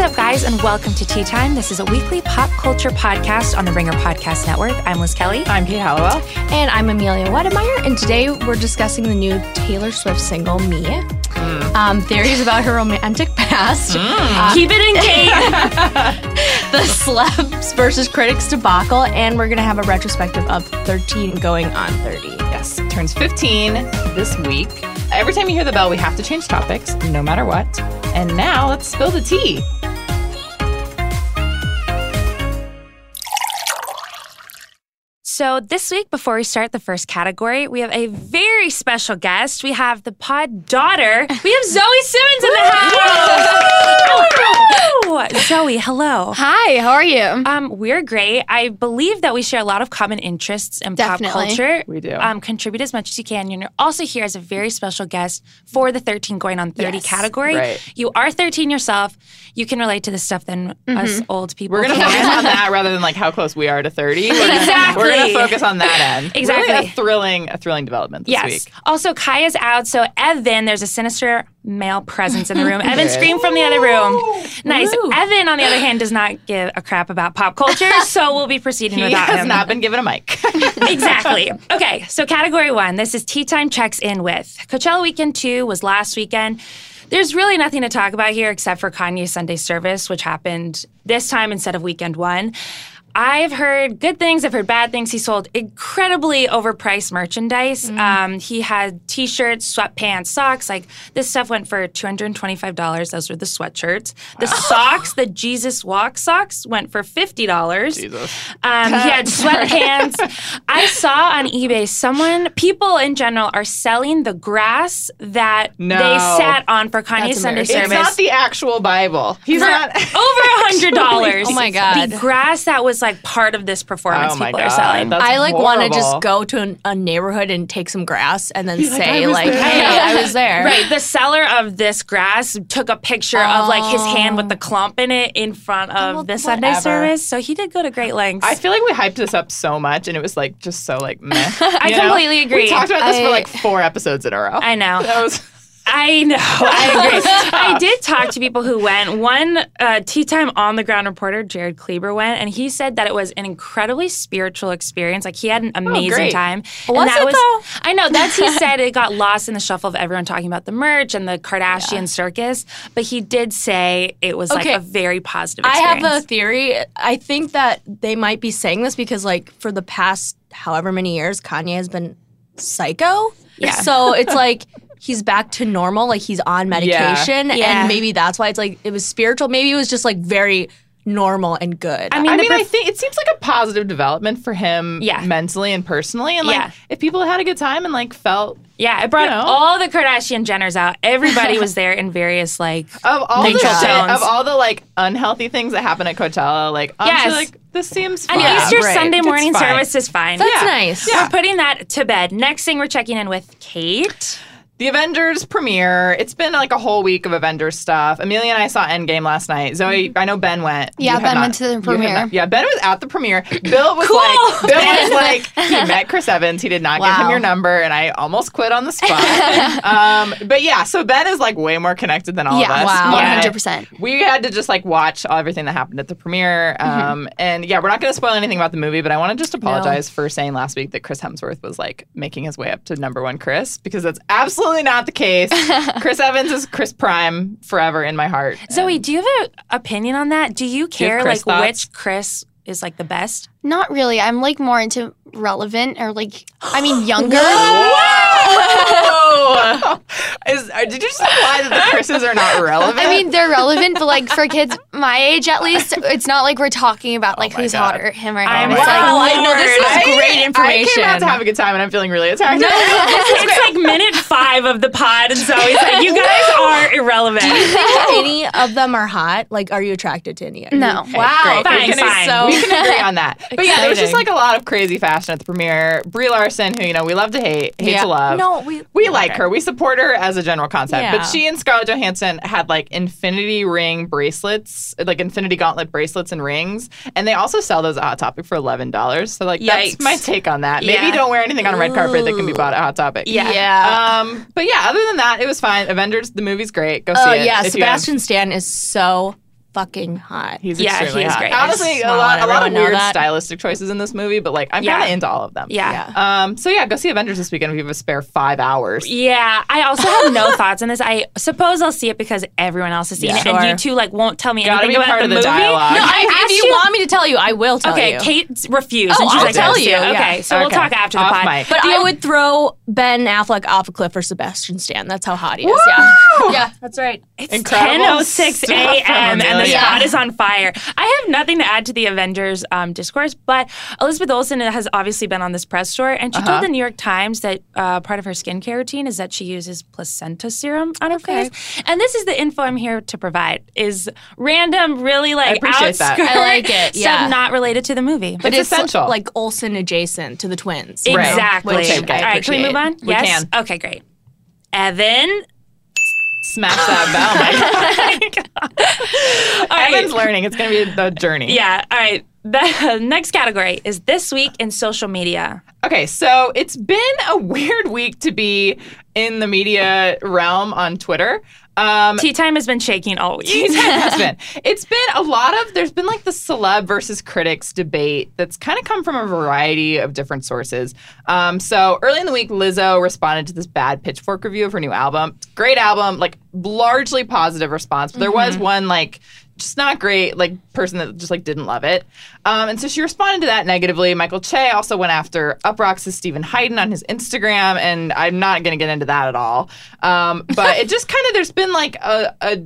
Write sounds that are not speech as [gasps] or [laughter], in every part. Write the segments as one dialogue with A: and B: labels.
A: up, guys, and welcome to Tea Time. This is a weekly pop culture podcast on the Ringer Podcast Network. I'm Liz Kelly.
B: I'm Kate Hallowell.
C: And I'm Amelia Wedemeyer, and today we're discussing the new Taylor Swift single, Me. Um, theories about her romantic past. Uh,
A: Keep it in Kate.
C: [laughs] the celebs versus critics debacle, and we're gonna have a retrospective of 13 going on 30.
B: Yes, turns 15 this week. Every time you hear the bell, we have to change topics, no matter what. And now let's spill the tea.
A: so, this week, before we start the first category, we have a very special guest. We have the pod daughter. We have Zoe Simmons in the house. Woo! Zoe, hello.
D: Hi, how are you?
A: Um, we're great. I believe that we share a lot of common interests in pop
D: Definitely.
A: culture.
B: We do.
A: Um, contribute as much as you can. And you're also here as a very special guest for the 13 going on 30
C: Yes.
A: category.
B: Right.
A: You are 13 yourself. You can relate to this stuff than us old people.
B: We're going to
A: can.
B: focus on that rather than like how close we are to 30. We're gonna-
A: Exactly.
B: We're going to focus on that end.
A: Exactly.
B: Really a thrilling, a thrilling development this
A: Yes.
B: week.
A: Also, Kaya's out. So, Evan, there's a sinister male presence in the room. Evan
B: is.
A: screamed from the other room. Nice.
C: Woo.
A: Evan, on the other hand, does not give a crap about pop culture. so, we'll be proceeding
B: He
A: without
B: has
A: him.
B: not been given
A: [laughs]
B: a mic.
A: exactly. Okay, so category one. This is tea time checks in with Coachella weekend two was last weekend. There's really nothing to talk about here except for Kanye's Sunday service, which happened this time instead of weekend one. I've heard good things. I've heard bad things. He sold incredibly overpriced merchandise. Um, he had T-shirts, sweatpants, socks. Like this stuff went for two hundred and twenty-five dollars. Those were the sweatshirts. The socks, the Jesus Walk socks, went for fifty dollars. Um, he
B: [laughs]
A: had sweatpants. I saw on eBay someone, people in general, are selling the grass that
B: No.
A: they sat on for Kanye's
C: That's
A: Sunday
C: American.
B: It's
A: service.
B: not the actual Bible. He's
A: for
B: not.
A: over a
B: [laughs]
A: hundred dollars.
C: Oh my God.
A: The grass that was like part of this performance
B: Oh my
A: people
B: God.
A: are selling.
B: That's
C: I like want to
B: horrible.
C: just go to an, a neighborhood and take some grass and then
B: "I
C: say
B: was
C: like,
B: there."
C: "Hey, I [laughs] was there."
A: Right, the seller of this grass took a picture of like his hand with the clump in it in front of the Sunday
B: Oh. whatever.
A: service. So he did go to great lengths.
B: I feel like we hyped this up so much, and it was like just so like meh.
A: [laughs] I
B: you know?
A: completely agree.
B: We talked about this for
D: I-
B: like four episodes in a row.
A: I know.
B: That was
A: I know. I agree. I did talk to people who went. One uh, tea time on the ground reporter, Jared Kleber, went, and he said that it was an incredibly spiritual experience. Like he had an amazing
B: great.
A: time.
C: Was
A: and that
C: it,
A: was,
C: though?
A: I know. That's he said it got lost in the shuffle of everyone talking about the merch and the Kardashian circus. But he did say it was
C: Okay.
A: like a very positive.
C: I
A: Experience.
C: have a theory. I think that they might be saying this because, like, for the past however many years, Kanye has been psycho.
A: Yeah.
C: So it's like he's back to normal. Like he's on medication,
A: Yeah.
C: and maybe that's why it's like it was spiritual. Maybe it was just like very normal and good.
A: I mean,
B: I
A: the
B: mean,
A: perf-
B: I think it seems like a positive development for him
A: Yeah.
B: mentally and personally. And like,
A: Yeah.
B: if people had a good time and like felt
A: yeah, it brought
B: you know.
A: all the Kardashian Jenners out. Everybody was there in various like.
B: of all the
C: Nature
B: shit,
A: zones.
B: of all the like unhealthy things that happen at Coachella, like I'm
A: Yes.
B: sure, like this seems
A: An
B: fun.
A: Easter
C: right.
A: Sunday
B: It's
A: morning
B: fine.
A: service is fine.
C: that's
B: yeah.
C: nice.
A: We're putting that to bed. Next thing we're checking in with Kate.
B: The Avengers premiere. It's been like a whole week of Avengers stuff. Amelia and I saw Endgame last night. Zoe, I know Ben went.
D: Mm-hmm. Yeah,
B: You have
D: Ben went to the
B: you have
D: premiere.
B: not- yeah, Ben was at the premiere. Bill was like, Bill was like, he met Chris Evans. He did not give him
C: Wow.
B: your number, and I almost quit on the
D: [laughs]
B: spot. um, but yeah, so Ben is like way more connected than all of
D: Yeah,
B: us.
C: wow.
B: Yeah.
D: 100%.
B: We had to just like watch everything that happened at the premiere. Um, And yeah, we're not going to spoil anything about the movie, but I want to just apologize for saying last week that Chris Hemsworth was like making his way up to number one Chris because that's absolutely not the case. Chris Evans is Chris Prime forever in my heart.
A: Zoe, do you have an opinion on that? Do you
B: you have
A: care like
B: Chris thoughts?
A: which Chris is like the best?
D: Not really. I'm like more into relevant or like, I mean, younger.
B: Whoa! [laughs] is, uh, did you just imply that the Chris's are not relevant?
D: I mean, they're relevant, but like for kids my age at least, it's not like we're talking about like
B: Oh my
D: who's
B: God.
D: hotter, him or her.
A: I'm
B: my
D: It's
B: God.
D: like,
C: Wow, I know this is
B: I-
C: great
B: I came out
C: information.
B: to have a good time and I'm feeling really attacked. [laughs]
A: it's like minute five of the pod, and Zoe's like, you guys are irrelevant.
C: any of them are hot. Like, are you attracted to any? Are you-
D: no.
B: Wow.
A: Fine, fine.
C: So
B: we can agree on
C: [laughs]
B: that. But yeah, there was just like
C: Exciting.
B: a lot of crazy fashion at the premiere. Brie Larson, who you know we love to hate, hate
C: Yeah.
B: to love.
C: No, we-
B: we like her. We support her as a general concept. But
C: Yeah.
B: she and Scarlett Johansson had like infinity ring bracelets, like infinity gauntlet bracelets and rings, and they also sell those at Hot Topic for eleven dollars. So like
A: Yikes.
B: that's my take on that. Maybe
A: Yeah.
B: don't wear anything on a red carpet that can be bought at Hot Topic.
A: Yeah.
C: yeah.
B: Um, but yeah, other than that, it was fine. Avengers, the movie's great. Go
C: Oh
B: see it.
C: yeah,
B: if you have-
C: Sebastian Stan is so fucking hot.
B: He's
A: Yeah,
B: extremely
A: he is
B: hot.
A: great.
B: Honestly,
C: Just
B: a
C: wanna
B: lot,
C: let
B: a lot
C: everyone
B: of
C: know
B: weird
C: that.
B: stylistic choices in this movie, but like I'm
A: Yeah.
B: kind of into all of them.
A: Yeah.
B: Um. So yeah, go see Avengers this weekend if you have a spare five hours.
A: Yeah, I also have no thoughts on this. I suppose I'll see it because everyone else has seen
B: Yeah.
A: it, and you
C: Sure.
A: two like won't tell me
B: Gotta
A: anything
B: be
A: about
B: part
A: the
B: of the
A: movie.
B: dialogue.
C: No, I,
A: asked
C: if you,
A: you-
C: want me to tell you, I will tell
A: Okay,
C: you.
A: Kate refused.
C: Oh,
A: and she's
C: I'll
A: like,
B: tell
A: "Let's do
C: you,
A: it."
C: yeah.
A: Okay, so we'll
B: Okay,
A: talk after the
B: off
A: pod.
B: mic.
C: But
A: The
C: I would throw Ben Affleck off a cliff for Sebastian Stan. That's how hot he is. Yeah. Yeah, that's right.
A: It's
B: Incredible
A: 10:06
B: stuff
A: a.m.
B: from
A: and the
B: Amelia.
A: spot is on fire. I have nothing to add to the Avengers um, discourse, but Elizabeth Olsen has obviously been on this press tour, and she
B: Uh-huh.
A: told the New York Times that uh, part of her skincare routine is that she uses placenta serum on her face. And this is the info I'm here to provide: is random, really like
B: appreciate that.
A: outskirt
C: I like it, yeah.
A: stuff not related to the movie.
C: But
B: It's essential.
C: like Olsen adjacent to the twins.
B: Right.
A: Exactly.
B: Which I
A: All right, can we move on?
B: We
A: yes.
B: can.
A: Okay, great.
B: [laughs]
A: Evan. [laughs] Oh
B: Smash that
A: All
B: bell.
A: right.
B: Evan's learning. It's gonna be the journey.
A: Yeah. All right. The [laughs] next category is this week in social media.
B: Okay, so it's been a [laughs] weird week to be in the media realm on Twitter. Um,
A: Tea time has been shaking all week.
B: It has been. It's been a lot of. There's been like the celeb versus critics debate that's kind of come from a variety of different sources. Um, so early in the week, Lizzo responded to this bad Pitchfork review of her new album. Great album, like largely positive response. But there was one like just not great, like person that just like didn't love it. Um, and so she responded to that negatively. Michael Che also went after Uproxx's Stephen Hayden on his Instagram, and I'm not going to get into that at all. Um, but it just kind of there's been like a, a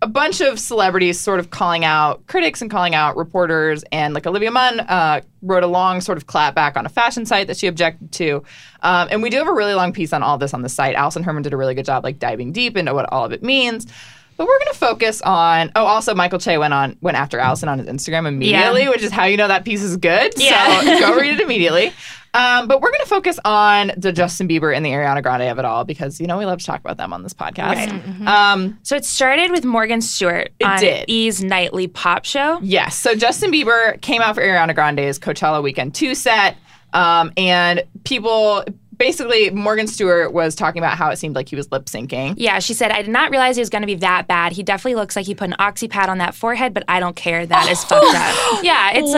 B: a bunch of celebrities sort of calling out critics and calling out reporters. And like Olivia Munn uh, wrote a long sort of clap back on a fashion site that she objected to. Um, and we do have a really long piece on all this on the site. Alison Herman did a really good job like diving deep into what all of it means. But we're going to focus on. Oh, also Michael Che went on went after Allison on his Instagram immediately, which is how you know that piece is good.
A: Yeah.
B: So [laughs] go read it immediately. Um, but we're going to focus on the Justin Bieber and the Ariana Grande of it all because you know we love to talk about them on this podcast. Um,
A: [laughs] So it started with Morgan Stewart on
B: did.
A: E's nightly pop show.
B: Yes. So Justin Bieber came out for Ariana Grande's Coachella Weekend 2 set. Um, and people basically, Morgan Stewart was talking about how it seemed like he was lip syncing.
A: Yeah, she said, I did not realize he was going to be that bad. He definitely looks like he put an oxy pad on that forehead, but I don't care. That is fucked up. Yeah, it's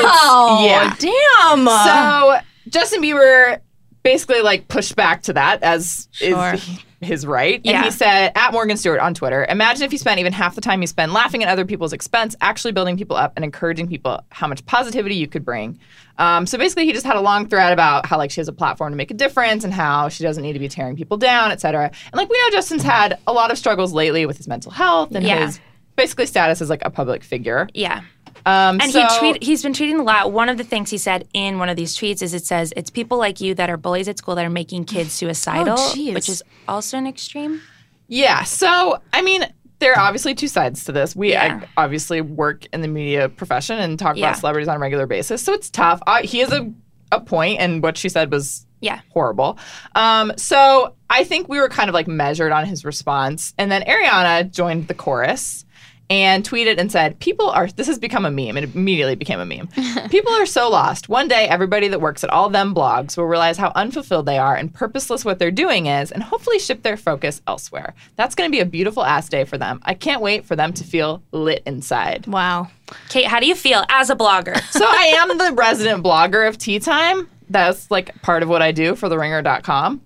C: Wow.
B: yeah.
C: Damn.
B: So
A: Uh-huh.
B: Justin Bieber basically like pushed back to that as
C: Sure.
B: is [laughs] his right.
A: Yeah.
B: And he said at Morgan Stewart on Twitter, imagine if you spent even half the time you spend laughing at other people's expense, actually building people up and encouraging people how much positivity you could bring. Um, so basically he just had a long thread about how like she has a platform to make a difference and how she doesn't need to be tearing people down, et cetera. And like we know Justin's had a lot of struggles lately with his mental health and
A: Mm-hmm. Yeah.
B: his basically status as like a public figure.
A: yeah.
B: Um,
A: And
B: so-
A: he tweet, he's been tweeting a lot. One of the things he said in one of these tweets is it says, It's people like you that are bullies at school that are making kids suicidal,
C: jeez.
A: which is also an extreme.
B: Yeah. So, I mean, there are obviously two sides to this. We
A: Yeah.
B: uh, obviously work in the media profession and talk
A: Yeah.
B: about celebrities on a regular basis. So it's tough. Uh, he has a, a point, and what she said was
A: Yeah.
B: horrible. Um, so I think we were kind of like measured on his response. And then Ariana joined the chorus and tweeted and said, People are, this has become a meme. It immediately became a meme. People are so lost. One day, everybody that works at all them blogs will realize how unfulfilled they are and purposeless what they're doing is and hopefully shift their focus elsewhere. That's going to be a beautiful ass day for them. I can't wait for them to feel lit inside.
C: wow.
A: Kate, how do you feel as a blogger?
B: So I am the resident blogger of Tea Time. That's like part of what I do for theringer.com. Um,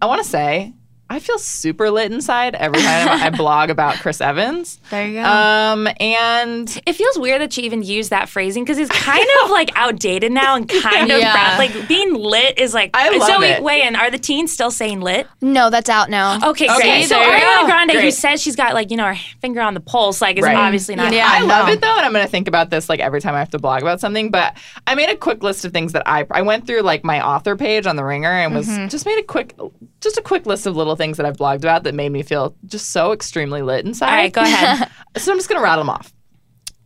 B: I want to say I feel super lit inside every time I blog about Chris Evans.
C: There you go.
B: Um, and
A: It feels weird that she even used that phrasing because it's kind of like outdated now and kind of
C: Yeah.
A: proud. like being lit is like.
B: I love
A: so wait,
B: it.
A: wait, and are the teens still saying lit?
D: No, that's out now.
A: Okay,
B: Okay,
A: great. So
B: there you
A: Ariana
B: go.
A: Grande, who
B: Great.
A: says she's got like you know her finger on the pulse, like is
B: Right.
A: obviously not.
C: [laughs] Yeah.
B: I love
C: no.
B: it though, and I'm gonna think about this like every time I have to blog about something. But I made a quick list of things that I I went through like my author page on the Ringer and was just made a quick just a quick list of little things that I've blogged about that made me feel just so extremely lit inside.
A: All right, go ahead.
B: So I'm just gonna rattle them off.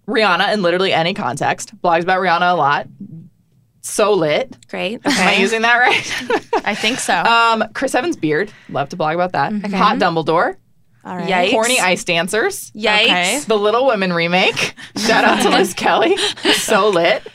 B: Rihanna in literally any context. Blogs about Rihanna a lot. So lit.
A: great.
B: Am I
A: Okay.
B: using that right? [laughs]
C: I think so.
B: um, Chris Evans beard. Love to blog about that. Hot Dumbledore.
C: All right.
A: Mm-hmm. Yikes.
B: Horny ice dancers.
A: Yikes.
C: Okay.
B: The Little Women remake. [laughs] Shout out to
A: [laughs]
B: Liz Kelly. So lit.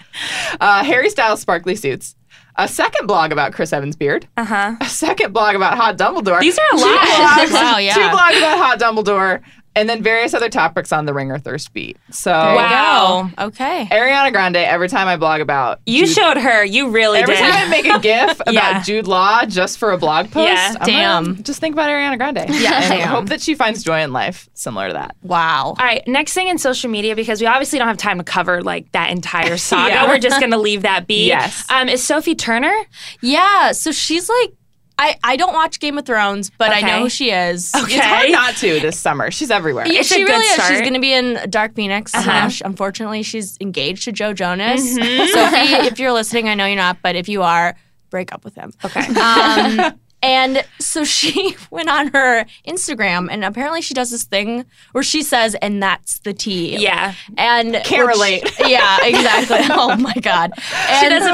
B: Uh, Harry Styles sparkly suits. A second blog about Chris Evans beard.
A: Uh huh.
B: A second blog about Hot Dumbledore.
A: These are a
B: [laughs] Two
A: lot. [laughs]
B: blogs,
C: [laughs] Wow,
B: Two
C: yeah.
B: blogs about Hot Dumbledore. and then various other topics on the Ring or Thirst beat. So
C: There you
A: Wow.
C: go. Okay.
B: Ariana Grande. Every time I blog about
A: You
B: Jude-
A: showed her. You really
B: Every
A: did. [laughs]
B: time I make a GIF about
A: Yeah.
B: Jude Law just for a blog post,
A: Yeah.
B: I'm gonna
C: Damn.
B: just think about Ariana
A: [laughs]
B: Grande. Yeah, and
C: Damn.
B: hope that she finds joy in life similar to that.
C: Wow.
A: All right, next thing in social media, because we obviously don't have time to cover like that
B: [laughs]
A: entire saga.
B: Yeah.
A: We're just going to leave that be.
B: [laughs] Yes.
A: Um, is Sophie Turner?
C: Yeah. So she's like, I, I don't watch Game of Thrones, but I
A: Okay.
C: know who she is.
A: Okay.
B: It's hard not to this summer. She's everywhere.
C: Yeah,
A: It's a
C: she
A: good
C: really is. She's
A: start. Uh-huh.
C: going to be in Dark Phoenix. Smash. Unfortunately, she's engaged to Joe Jonas.
A: Mm-hmm.
C: Sophie, if you're listening, I know you're not, but if you are, break up with him.
A: Okay. [laughs]
C: Um, and so she [laughs] went on her Instagram, and apparently she does this thing where she says, "And that's the tea."
A: yeah.
C: and
B: Can't
C: which-
B: relate.
C: [laughs]
A: [laughs]
C: Yeah, exactly. oh my god, and
A: does it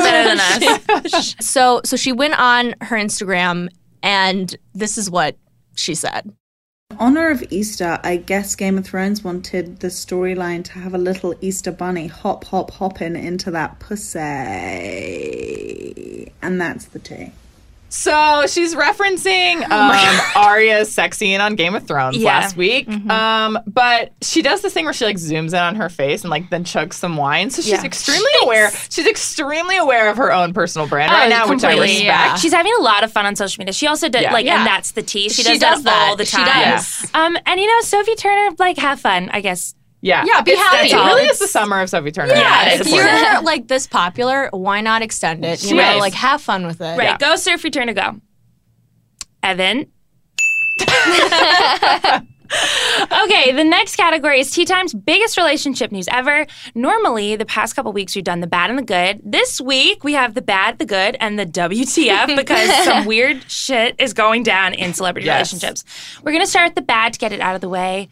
A: better than us.
C: [laughs] us. so, so she went on her Instagram, and this is what she said.
E: honor of Easter, I guess Game of Thrones wanted the storyline to have a little Easter bunny hop, hop, hopping into that pussy. And that's the tea.
B: So she's referencing um, Arya's sex scene on Game of Thrones
A: Oh Yeah. Mm-hmm.
B: last week. Um, but she does this thing where she like zooms in on her face and like then chugs some wine. So she's
A: Yeah.
B: extremely aware. She's extremely aware of her own personal brand right
A: Oh,
B: now, which I
A: completely,
B: respect.
C: yeah.
A: She's having a lot of fun on social media. She also did
B: Yeah.
A: like,
C: Yeah.
A: and that's the tea. She
C: She
A: does,
C: does that.
A: all the
C: She
A: time.
C: does.
A: Um, and you know, Sophie Turner, like, have fun, I guess.
B: Yeah,
C: Yeah, be
B: It's-
C: happy.
B: It really
C: It's-
B: is the summer of Sophie Turner.
A: Yeah,
B: I
A: it's
C: If
B: support it.
C: you're like this popular, why not extend it? You know,
B: Right.
C: like have fun with it.
A: Right. Go surf, return to go. Evan. okay, the next category is Tea Time's biggest relationship news ever. Normally, the past couple weeks we've done the bad and the good. This week we have the bad, the good, and the WTF because some weird shit is going down in celebrity
B: Yes.
A: relationships. We're gonna start with the bad to get it out of the way.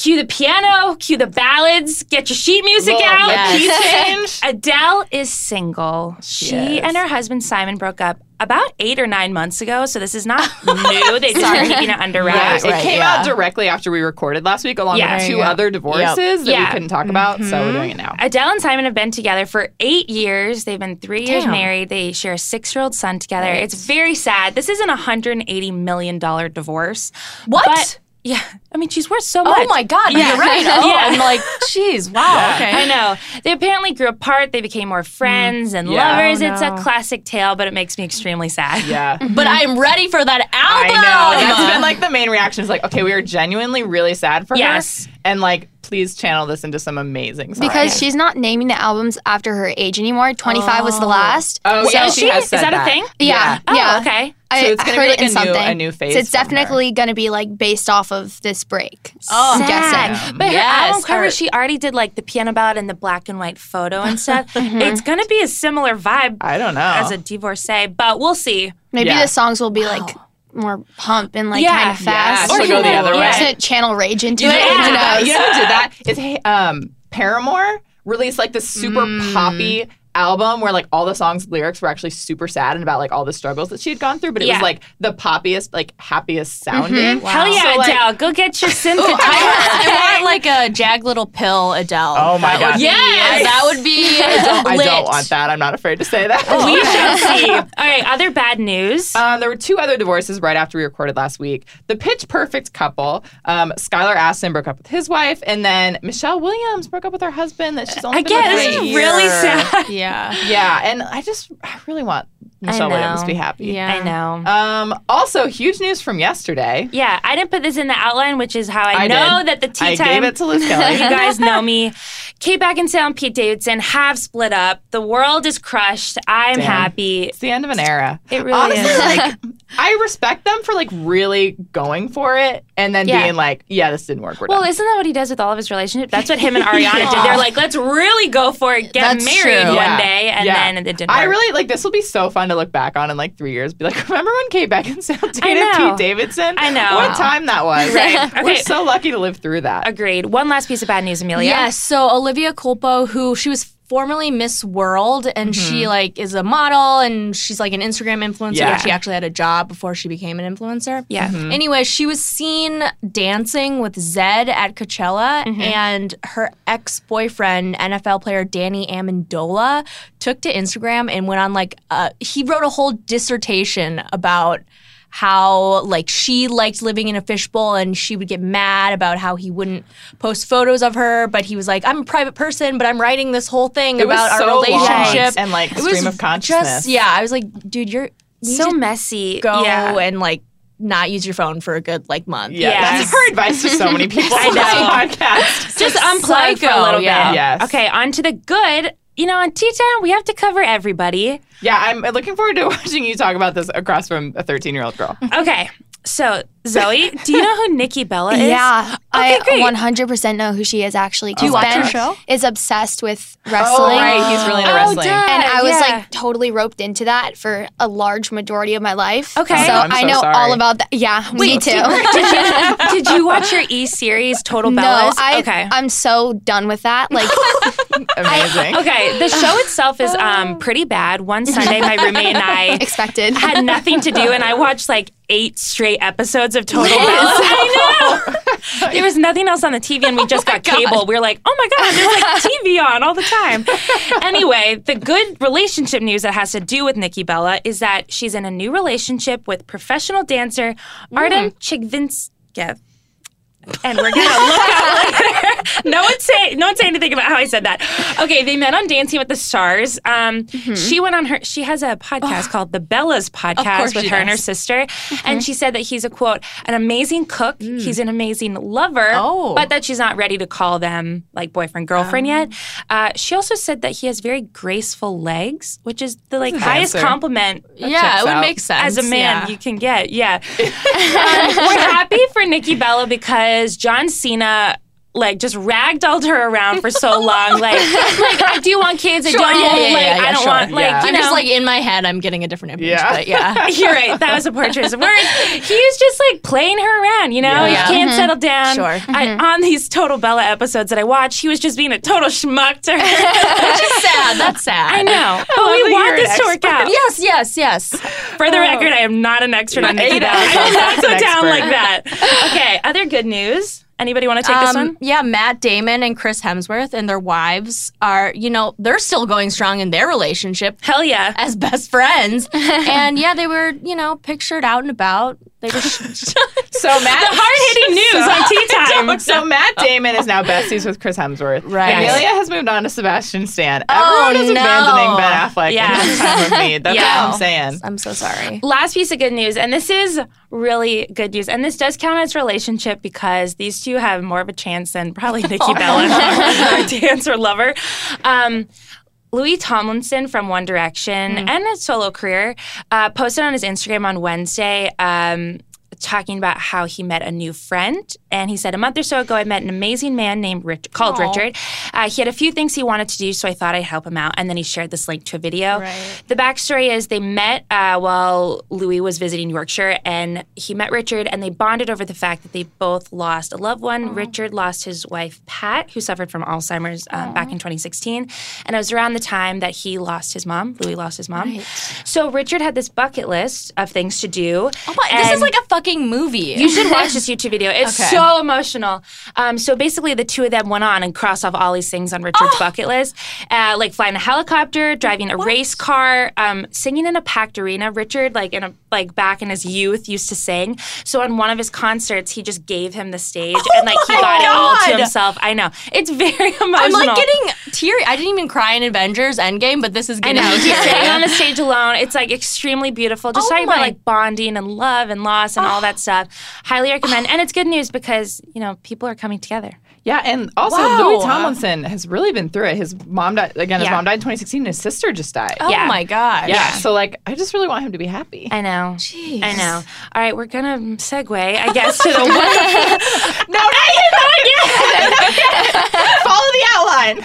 A: Cue the piano, cue the ballads, get your sheet music
B: Love
A: out.
B: that
C: yes.
B: [laughs] key change.
A: Adele is single. She,
B: is.
A: and her husband Simon broke up about eight or nine months ago, so this is
C: [laughs]
A: not new. They just been keeping it under
B: Right,
A: wraps.
B: it
C: right,
B: came
C: yeah.
B: out directly after we recorded last week, along
A: Yeah.
B: with
A: There
B: two
C: you go.
B: other divorces that
A: Yeah.
B: we couldn't talk about. So we're doing it now.
A: Adele and Simon have been together for eight years. They've been three years
C: Damn.
A: married. They share a six year old son together. It's very sad. This is an $180 million divorce.
C: What?
A: But, yeah. I mean, she's worth so much.
C: Oh my god. Yeah. You're right. Oh,
A: Yeah.
C: I'm like, geez. Wow. Okay.
A: I know. They apparently grew apart. They became more friends and
B: Yeah.
A: lovers.
C: Mm. Oh,
A: It's a
C: no.
A: classic tale, but it makes me extremely sad.
B: [laughs] Yeah.
C: But I am ready for that
B: I
C: album.
B: know. That's been like the main reaction is like, okay, we are genuinely really sad for
A: Yes.
B: her. And like, please channel this into some amazing songs.
D: Because she's not naming the albums after her age anymore. 25 was the last.
B: oh,
D: So-
B: yeah,
A: Is
B: she,
A: she?
B: has
A: Is
B: said
A: that a thing?
D: Yeah.
A: Oh,
D: yeah.
A: okay.
D: I,
B: So it's
D: I
B: gonna
D: heard
B: be like
D: it in
B: a new-
D: something.
B: a new phase
D: So it's
B: from her.
D: definitely going to be like based off of this break.
B: Oh.
D: I'm
A: Sad.
D: guessing.
A: But her
C: Yes,
A: album cover,
C: her-
A: she already did like the piano ballad and the black and white photo
B: [laughs]
A: and stuff. It's gonna be a similar vibe
B: Mm-hmm. I don't know.
A: as a divorcee, but we'll see.
D: Maybe
B: Yeah.
D: the songs will be like more pump and like
A: Yeah.
D: kind of fast.
B: Yeah,
A: she'll go the other
D: yeah.
A: way.
D: Shouldn't channel rage into
B: you
D: it.
B: know, [laughs] who did that?
D: Who
B: uh, You
D: knows?
B: know who did that? It's hey, um, Paramore released like this super
A: Mm.
B: poppy album where like all the songs lyrics were actually super sad and about like all the struggles that she had gone through, but it
A: Yeah. Mm-hmm.
B: was like the poppiest, like happiest sounding.
A: Hell yeah,
B: So, like-
A: Adele, go get
B: [laughs]
A: your synthesizer.
C: I want like a Jag Little Pill Adele.
B: Oh my god.
C: Yes, that would be.
B: I don't, I
C: lit.
B: don't want that. I'm not afraid to say that.
A: we shall see. All right, other bad news.
B: [laughs] Um, there were two other divorces right after we recorded last week. The pitch perfect couple, um, Skylar Aston broke up with his wife, and then Michelle Williams broke up with her husband that she's only been
A: Again,
B: with
A: this
B: for a
A: is
B: year.
A: really sad.
C: [laughs] Yeah.
B: Yeah, and I just I really want Michelle
A: know.
B: Williams to be happy.
C: Yeah.
A: I know.
B: Um, also, huge news from yesterday.
A: yeah, I didn't put this in the outline, which is how I,
B: I
A: know
B: did.
A: that the tea
B: I
A: time
B: gave it to Liz
A: you [laughs]
B: [laughs] Kelly.
A: guys know me. Kate Beckinsale and Pete Davidson have split up. The world is crushed. I'm
B: Damn.
A: happy.
B: It's the end of an era.
A: It really
B: Honestly,
A: is. [laughs]
B: like I respect them for like really going for it and then
D: Yeah.
B: being like, yeah, this didn't work. We're
A: Well,
B: done.
A: isn't that what he does with all of his relationships? That's what him and Ariana did.
C: Yeah.
A: They're like, let's really go for it, get
C: That's
A: married
C: true.
A: one
B: Yeah.
A: day, and
B: Yeah.
A: then it didn't.
B: I
A: work.
B: really like this will be so fun to look back on in like three years. Be like, [laughs] remember when Kate Beckinsale dated
A: know.
B: Pete Davidson?
A: I know.
B: What a time that was.
A: [laughs] Right.
B: We're
A: Okay.
B: so lucky to live through that.
A: agreed. One last piece of bad news, Amelia.
C: Yes. So Olivia Culpo, who she was formerly Miss World, and she like is a model, and she's like an Instagram influencer.
B: Yeah.
C: She actually had a job before she became an influencer.
A: Yeah.
B: Mm-hmm.
C: Anyway, she was seen dancing with Zed at Coachella,
B: Mm-hmm.
C: and her ex boyfriend, NFL player Danny Amendola, took to Instagram and went on like uh, he wrote a whole dissertation about how like she liked living in a fishbowl and she would get mad about how he wouldn't post photos of her, but he was like, I'm a private person, but I'm writing this whole thing
B: It was
C: about
B: so
C: our
B: long
C: relationship.
B: and like
C: It was
B: stream of consciousness.
C: Just yeah, I was like, dude, you're you
A: so
C: need to
A: messy.
C: go
A: yeah.
C: and like not use your phone for a good like month.
B: Yeah,
A: Yeah.
B: that's our advice to so
C: [laughs]
B: many people on this podcast.
A: just unplug for a
C: psycho,
A: little
C: yeah.
A: bit.
B: Yes.
A: Okay, on to the good. You know, on T Town, we have to cover everybody.
B: [laughs] Yeah, I'm looking forward to [laughs] watching you talk about this across from a 13 year old girl.
A: Okay, so Zoe, do you know who Nikki Bella is?
D: Yeah,
A: Okay,
D: I
A: great.
D: 100% know who she is actually. Do
B: you watch her
C: show?
D: Is obsessed with
B: Oh,
D: wrestling.
B: right. He's really into
A: Oh,
B: wrestling.
A: duh.
D: And I was
A: Yeah.
D: like totally roped into that for a large majority of my life.
A: Okay.
D: so,
A: Oh,
B: I'm
D: I
B: so
D: know
B: sorry.
D: all about that. Yeah, me too. [laughs]
A: did, you, did you watch your E series Total
D: no,
A: Bellas?
D: I
A: okay.
D: I'm so done with that. Like,
B: Amazing.
A: okay, the show itself is um pretty bad. One Sunday, my roommate and I
D: expected.
A: had nothing to do, and I watched like eight straight episodes of Total Bellas. [laughs] I know. [laughs] there was nothing else on the TV, and we just got cable. We were like, oh my god, there's [laughs] like TV on all the time. anyway, the good relationship news that has to do with Nikki Bella is that she's in a new relationship with professional dancer Artem Chigvinskev. And we're
C: [laughs]
A: gonna look up later. No one say no one say anything about how I said that. Okay, they met on Dancing with the Stars. Um, She went on her. She has a podcast called the Bellas Podcast
C: Mm-hmm. course
A: with
C: she
A: her and her
C: does. Mm-hmm.
A: sister, and she said that he's a quote an amazing cook. He's an amazing lover,
C: Mm. Oh.
A: but that she's not ready to call them like boyfriend girlfriend yet.
C: Oh.
A: Uh, she also said that he has very graceful legs, which is the like highest
B: answer.
A: compliment
C: Yeah,
B: checks
C: it would
B: out.
C: make sense.
A: as a man
C: yeah.
A: you can get.
C: [laughs]
A: Yeah. Um, we're happy for Nikki Bella because John Cena like just ragdolled her around for so
C: [laughs]
A: long. Like, like I do want kids. I don't.
C: yeah, yeah,
A: like,
C: yeah, yeah,
A: I don't
C: sure,
A: want. Like,
B: yeah.
A: you
C: I'm
A: know. [laughs]
C: just like in my head, I'm getting a different image.
B: Yeah.
C: But [laughs] yeah.
A: you're right. That was a poor choice of words. He was just like playing her around, you know?
B: Yeah.
A: He
B: Yeah.
A: can't settle down.
C: Mm-hmm. Sure. Mm-hmm.
A: I- on these Total Bella episodes that I watch, he was just being a total schmuck to
C: [laughs]
A: her.
C: Which is sad. That's sad.
A: I know. But
B: love that
A: we
B: you're
A: want
B: an
A: this to work out.
C: Yes, yes, yes.
A: For the record, I am not an expert on Nikki
B: Eight
A: Bella.
B: hours.
A: I will not go
B: An
A: down
B: expert.
A: like that. Okay, other good news. Anybody want to take this
C: Um,
A: one?
C: Yeah, Matt Damon and Chris Hemsworth and their wives are, you know, they're still going strong in their relationship
A: Hell yeah.
C: as best [laughs] friends. and yeah, they were, you know, pictured out and about. They were sh-
B: So
C: [laughs]
B: Matt,
A: Hard hitting news on tea time.
B: So Matt Damon is now besties with Chris Hemsworth.
C: Right.
B: Amelia has moved on to Sebastian Stan.
C: Oh,
B: Everyone is
C: no.
B: abandoning Ben Affleck.
A: Yeah.
B: And his time with me. That's
A: Yeah.
B: what I'm saying.
D: I'm so sorry.
A: Last piece of good news, and this is really good news, and this does count as relationship because these two have more of a chance than probably Nikki Bella, our dancer lover. Um, Louis Tomlinson from One Direction and a solo career uh, posted on his Instagram on Wednesday. Um, Talking about how he met a new friend, and he said a month or so ago, I met an amazing man named Rich, called Richard. Uh, he had a few things he wanted to do, so I thought I'd help him out. And then he shared this link to a video. The backstory is they met uh, while Louis was visiting Yorkshire, and he met Richard, and they bonded over the fact that they both lost a loved one. Richard lost his wife Pat, who suffered from Alzheimer's um, back in 2016, and it was around the time that he lost his mom. Louis lost his mom. So Richard had this bucket list of things to do.
C: Oh my- this is
A: and-
C: like a fucking movie.
A: you
C: [laughs]
A: should watch this YouTube video. It's so emotional. Um, so basically, the two of them went on and crossed off all these things on Richard's
C: [gasps]
A: bucket list, uh, like flying a helicopter, driving a race car, um, singing in a packed arena. Richard, like in a like back in his youth, used to sing. So on one of his concerts, he just gave him the stage, and like he
C: Oh my
A: got it all
C: God.
A: to himself. I know it's very emotional.
C: I'm like getting teary. I didn't even cry in Avengers Endgame, but this is
A: I
C: getting
A: know.
C: me
A: Just
C: teary.
A: staying on the stage alone. It's like extremely beautiful. Just
C: Oh
A: talking about
C: my-
A: like bonding and love and loss and all
B: Ah.
A: that stuff. Highly recommend. And it's good news because, you know, people are coming together.
B: Yeah, and also
C: Wow.
B: Louis Tomlinson has really been through it. His mom died again. His
A: Yeah.
B: mom died in 2016. and His sister just died.
C: Oh
A: Yeah.
C: my
B: [laughs]
C: gosh.
B: yeah. So like, I just really want him to be happy.
A: I know. I know. All right, we're going to segue, I guess,
B: [laughs]
A: to the one.
B: no, not yet. Follow the outline.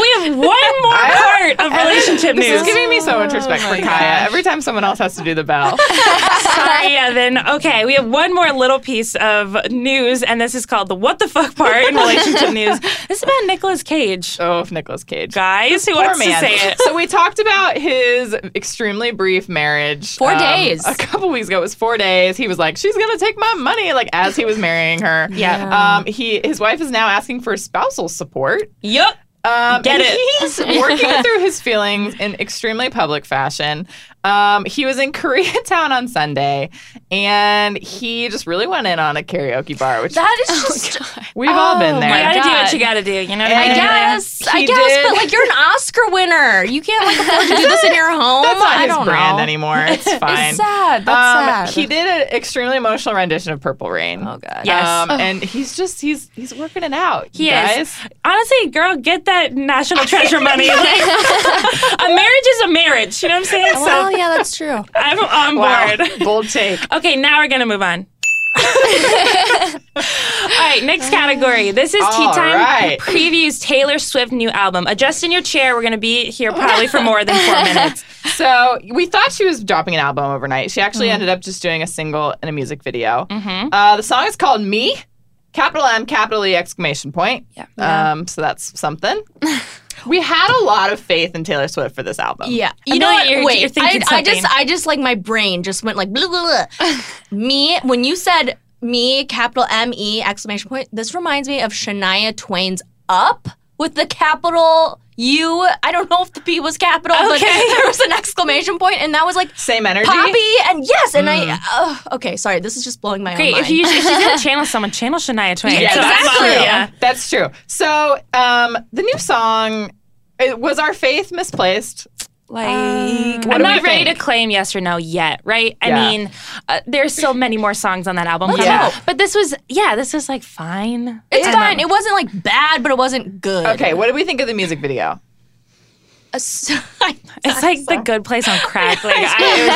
A: We have one more part of relationship
B: This
A: news.
B: is giving me so much respect for Kaya. Every time someone else has to do the bell.
A: Sorry, Evan. Okay, we have one more little piece of news, and this is called the what the fuck part in relationship
B: [laughs]
A: news. This is about Nicolas Cage.
B: oh, if Nicolas Cage.
A: Guys, who
B: Poor
A: wants
B: man.
A: to say it?
B: So we talked about his extremely brief marriage. um,
C: Four days.
B: A couple weeks ago, it was four days. He was like, "She's gonna take my money," like as he was marrying her.
A: Yeah.
B: Um. He his wife is now asking for spousal support.
A: Yup.
B: Um,
A: Get
B: and
A: it.
C: [laughs]
B: He's working through his feelings in extremely public fashion. Um, he was in [laughs] Koreatown on Sunday, and he just really went in on a karaoke bar, which
C: That is just.
B: we've all been there.
A: You gotta do
C: God.
A: what you gotta do. You know what
B: And-
A: I
C: I
A: mean?
C: guess, I
B: He
C: guess,
B: did.
C: but like you're an Oscar winner. You can't like afford to do this in your
B: [laughs]
C: home.
B: That's not
C: I
B: his
C: don't
B: brand
C: know. [laughs]
B: anymore. It's fine. Um,
C: It's sad. That's sad.
B: He did an extremely emotional rendition of Purple Rain.
C: oh god. Oh.
A: Yes.
B: Um, and he's just he's he's working it out.
A: He
B: you guys.
A: is. Honestly, girl, get that national treasure money. [laughs] Like, a marriage is a marriage. You know what I'm saying?
C: Well,
A: So
C: yeah, that's true.
A: [laughs] I'm on
B: Wow.
A: board.
B: Bold take.
A: Okay, now we're gonna move [laughs] on. All right, next category. This is Tea
B: All
A: Time
C: [laughs]
B: right.
A: previews Taylor Swift new album. Adjust in your chair. We're gonna be here probably for more than [laughs] four minutes.
B: So we thought she was dropping an album overnight. She actually
A: Mm.
B: ended up just doing a single and a music video.
A: Mm-hmm.
B: Uh, the song is called Me, capital M, capital E, exclamation point.
A: Yeah.
B: Um, so that's
A: [laughs]
B: something. we had a lot of faith in Taylor Swift for this album.
C: Yeah,
A: I
C: you
A: know
C: know
A: that
C: what?
A: you're-
C: Wait,
A: you're thinking
C: I, I just,
A: something.
C: I just like my brain just went like blah, blah,
A: [laughs]
C: blah. me when you said me capital M E exclamation point. This reminds me of Shania Twain's Up with the capital U. I don't know if the P was capital, but [laughs] there was an exclamation point, and that was like
B: Same energy.
C: Poppy and yes, and I. Uh, okay, sorry, this is just blowing my
A: Great.
C: own
A: Mm. If,
C: mind.
A: you, if she's gonna channel someone, channel Shania Twain.
B: Yeah,
A: So that's
B: that's
A: all-
B: true.
A: yeah.
B: That's true. So um, the new song it, was our faith misplaced.
A: Like,
B: what
A: I'm
B: do we
A: not ready
B: think?
A: to claim yes or no yet, right? I
B: Yeah.
A: mean, uh, there's so many more songs on that album.
C: Let's
A: coming out.
C: hope.
A: But this was, yeah, this was like fine.
C: it's
A: I don't
C: fine.
A: know.
C: It wasn't like bad, but it wasn't good.
B: Okay, what did we think of the music video?
C: Uh, [laughs] so- I-
A: It's like the good place on
B: [laughs]
A: crack. Like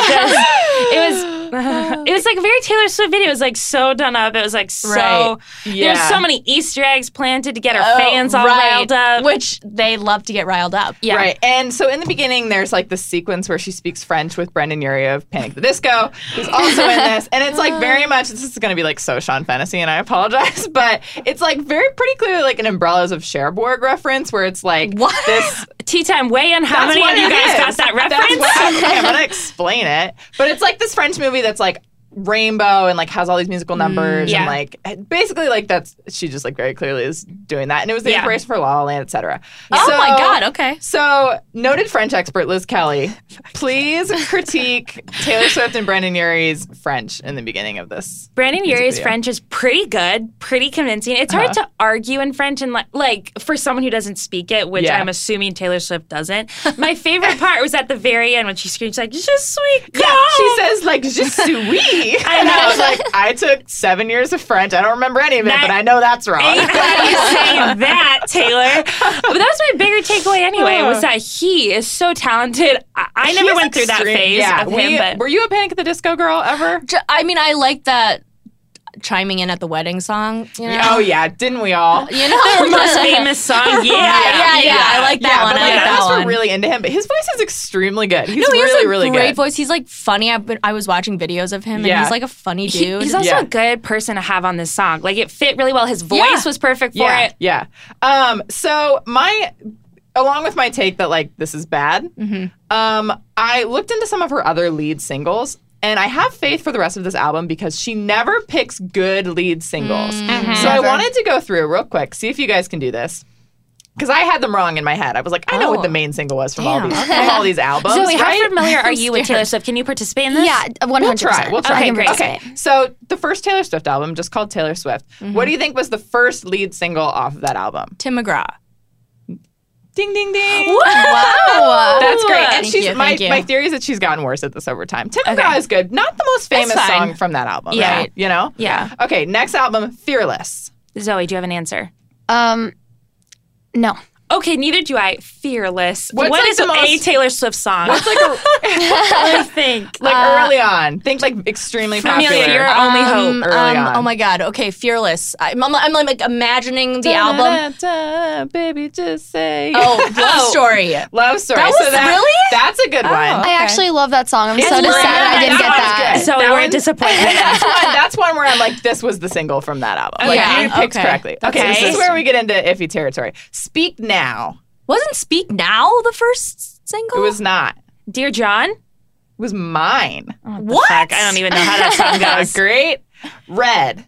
A: I, it was just, it was, [laughs] it was like a very Taylor Swift video. It was like so done up. It was like so.
C: Right.
B: Yeah.
A: There's so many Easter eggs planted to get our
C: Oh,
A: fans all
C: right.
A: riled up.
C: which they love to get riled up. Yeah.
B: Right. And so in the beginning, there's like this sequence where she speaks French with Brendan Urie of Panic at the Disco, who's also in this. And it's like
C: Ah.
B: very much, this is going to be like so Sean Fantasy, and I apologize, [laughs] but it's like very pretty clearly like an Umbrellas of Cherbourg reference where it's like
C: What?
B: this.
A: Tea time weigh in. How
B: That's
A: many
B: what
A: of you
B: it
A: guys got
B: is.
A: that
B: That's
A: reference?
B: what- okay, I'm going to explain it. But it's like this French movie that's like, Rainbow and like has all these musical numbers
A: yeah.
B: and like basically like that's she just like very clearly is doing that and it was the
A: Yeah.
B: inspiration for La La Land etc.
C: Oh my god. Okay.
B: So, noted French expert Liz Kelly,
A: [laughs]
B: please critique Taylor Swift and Brandon Urie's French in the beginning of this.
A: Brandon Urie's
B: video.
A: French is pretty good, pretty convincing. It's hard
B: Uh-huh.
A: to argue in French and like, like for someone who doesn't speak it, which
B: Yeah.
A: I'm assuming Taylor Swift doesn't. My favorite part was at the very end when she screams like "Je suis calme."
B: She says like
A: [laughs]
B: "je suis." I And I was like, I took seven years of French. I don't remember any of it,
A: That-
B: but I know that's wrong.
A: ain't glad
B: [laughs]
A: you saying that, Taylor. But that was my bigger takeaway anyway, was
B: Uh.
A: that he is so talented. I, I never
B: He's
A: went through that
B: extreme-
A: phase
B: yeah,
A: of
B: we-
A: him, but
B: were you a Panic at the Disco girl ever?
C: J- I mean, I like that chiming in at the wedding song. You know.
B: Oh [laughs] yeah, didn't we all?
C: You [laughs] know.
A: most
B: [laughs]
A: famous song, yeah.
C: yeah, yeah,
B: yeah.
C: I like that
B: yeah,
C: one.
B: But like,
C: I like
B: none of
C: that
B: us were
C: one.
B: really into him, but his voice is extremely good. He's
C: no, he
B: really,
C: has a
B: really
C: great
B: good.
C: voice. He's like funny. I've been, I was watching videos of him,
B: Yeah.
C: and he's like a funny
A: He-
C: dude.
A: he's also
B: Yeah.
A: a good person to have on this song. Like it fit really well. His voice
C: Yeah.
A: was perfect for
B: yeah,
A: it.
B: Yeah. Um, so my along with my take that like this is bad,
A: Mm-hmm.
B: um, I looked into some of her other lead singles. And I have faith for the rest of this album because she never picks good lead singles.
A: Mm.
B: So I wanted to go through real quick, see if you guys can do this. Because I had them wrong in my head. I was like, I know what
C: Oh.
B: the main single was from all
C: Damn.
B: these from all these albums.
A: Zoe, how
B: Um, right?
A: familiar
B: [laughs]
A: are you with Taylor Swift? Can you participate in this?
D: Yeah, 100%.
B: We'll try. We'll try.
A: Okay, great.
B: Okay. So the first Taylor Swift album, just called Taylor Swift.
A: Mm-hmm.
B: What do you think was the first lead single off of that album?
C: Tim [laughs] McGraw.
B: Ding ding ding.
D: Wow.
B: That's great. And
C: Thank
B: she's
C: you,
B: my,
C: thank you.
B: my theory is that she's gotten worse at this over time. Tim McGraw is good. Not the most famous
C: That's fine.
B: song from that album.
A: Yeah.
B: Right? You know?
A: Yeah.
B: Okay, next album, Fearless.
A: Zoe, do you have an answer?
D: Um, no.
A: Okay, neither do I. Fearless.
B: What's,
A: What
B: like,
A: is
B: the
A: a
B: most-
A: Taylor Swift song? [laughs]
B: It's like a,
A: I think.
B: like
C: Uh,
B: early on. Think like extremely
A: Familiar,
B: popular.
A: you're our only
C: Um,
A: hope.
B: hope early
C: um,
B: on.
C: Oh my god. Okay, Fearless. I'm, I'm, I'm like imagining the album.
B: Da-da-da, baby, just say.
C: [laughs] Oh, Love Story.
B: Love story.
C: That was-
B: so that,
C: really? Oh.
B: That's a good one.
D: I actually love that song. I'm
B: It's
D: so
B: really
D: sad I
B: good.
D: didn't get
B: one's
D: that.
B: good.
A: Zoe,
B: That
A: we're
B: one's- [laughs]
A: disappointed.
B: that's one. That's one where I'm like, this was the single from that album. Like
A: Okay.
B: you picked
C: Okay.
B: correctly. Okay,
A: Okay.
B: this is where we get into iffy territory. Speak now.
C: Wasn't Speak Now the first single?
B: It was not. It
A: Dear John?
B: was mine. [laughs]
C: what?
A: Fuck, I don't even know how that song
B: Uh,
A: goes.
B: great. Red.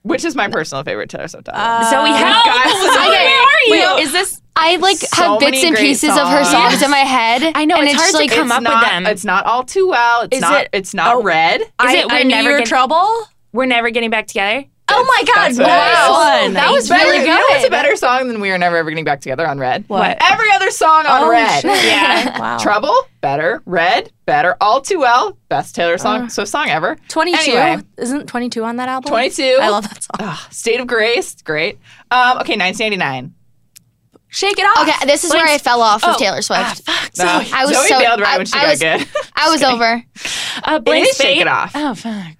B: which is my personal favorite Taylor Swift album.
A: Zoe, how
B: Oh, guys,
A: where are you?
D: Wait,
A: is this?
D: I like
B: So
D: have bits
B: many
D: and
B: great
D: pieces of her
B: songs.
D: songs in my head.
A: I know,
D: and
A: it's hard to
D: like
A: come
B: it's
A: up with
B: not,
A: them.
B: It's not all too well. It's
C: Is
B: not.
C: it-
B: it's not
C: oh.
B: red.
C: I,
A: it
C: I
A: We're
C: knew
A: Never
C: your
A: Get-
C: trouble.
A: We're never getting back
B: [laughs]
A: together.
C: Oh my god,
B: that's what
C: nice
D: it is.
C: one.
D: That was
B: Better,
D: really
B: You know what's a
D: good.
B: better song than "We Are Never Ever Getting Back Together" on Red?
A: What?
B: Every other song on
C: Oh,
B: Red. [laughs]
C: shit.
A: Yeah.
C: wow.
B: Trouble, better. Red, better. All too well, best Taylor song, Swift song ever.
C: 22.
B: Anyway.
C: Isn't 22 on that album?
B: 22.
C: I love that song.
B: Ugh, State of Grace, great. Um, okay, 1989.
C: Shake it off.
D: Okay, this is where I fell off with Taylor Swift.
B: Zoe-
D: I was
B: Uh, Zoe
D: so-
B: bailed right
D: I-
B: when she
D: I
B: got
D: was-
B: good. [laughs]
D: I was over.
A: Uh, blank
B: It is
A: space.
B: Shake It Off.
A: Oh fuck.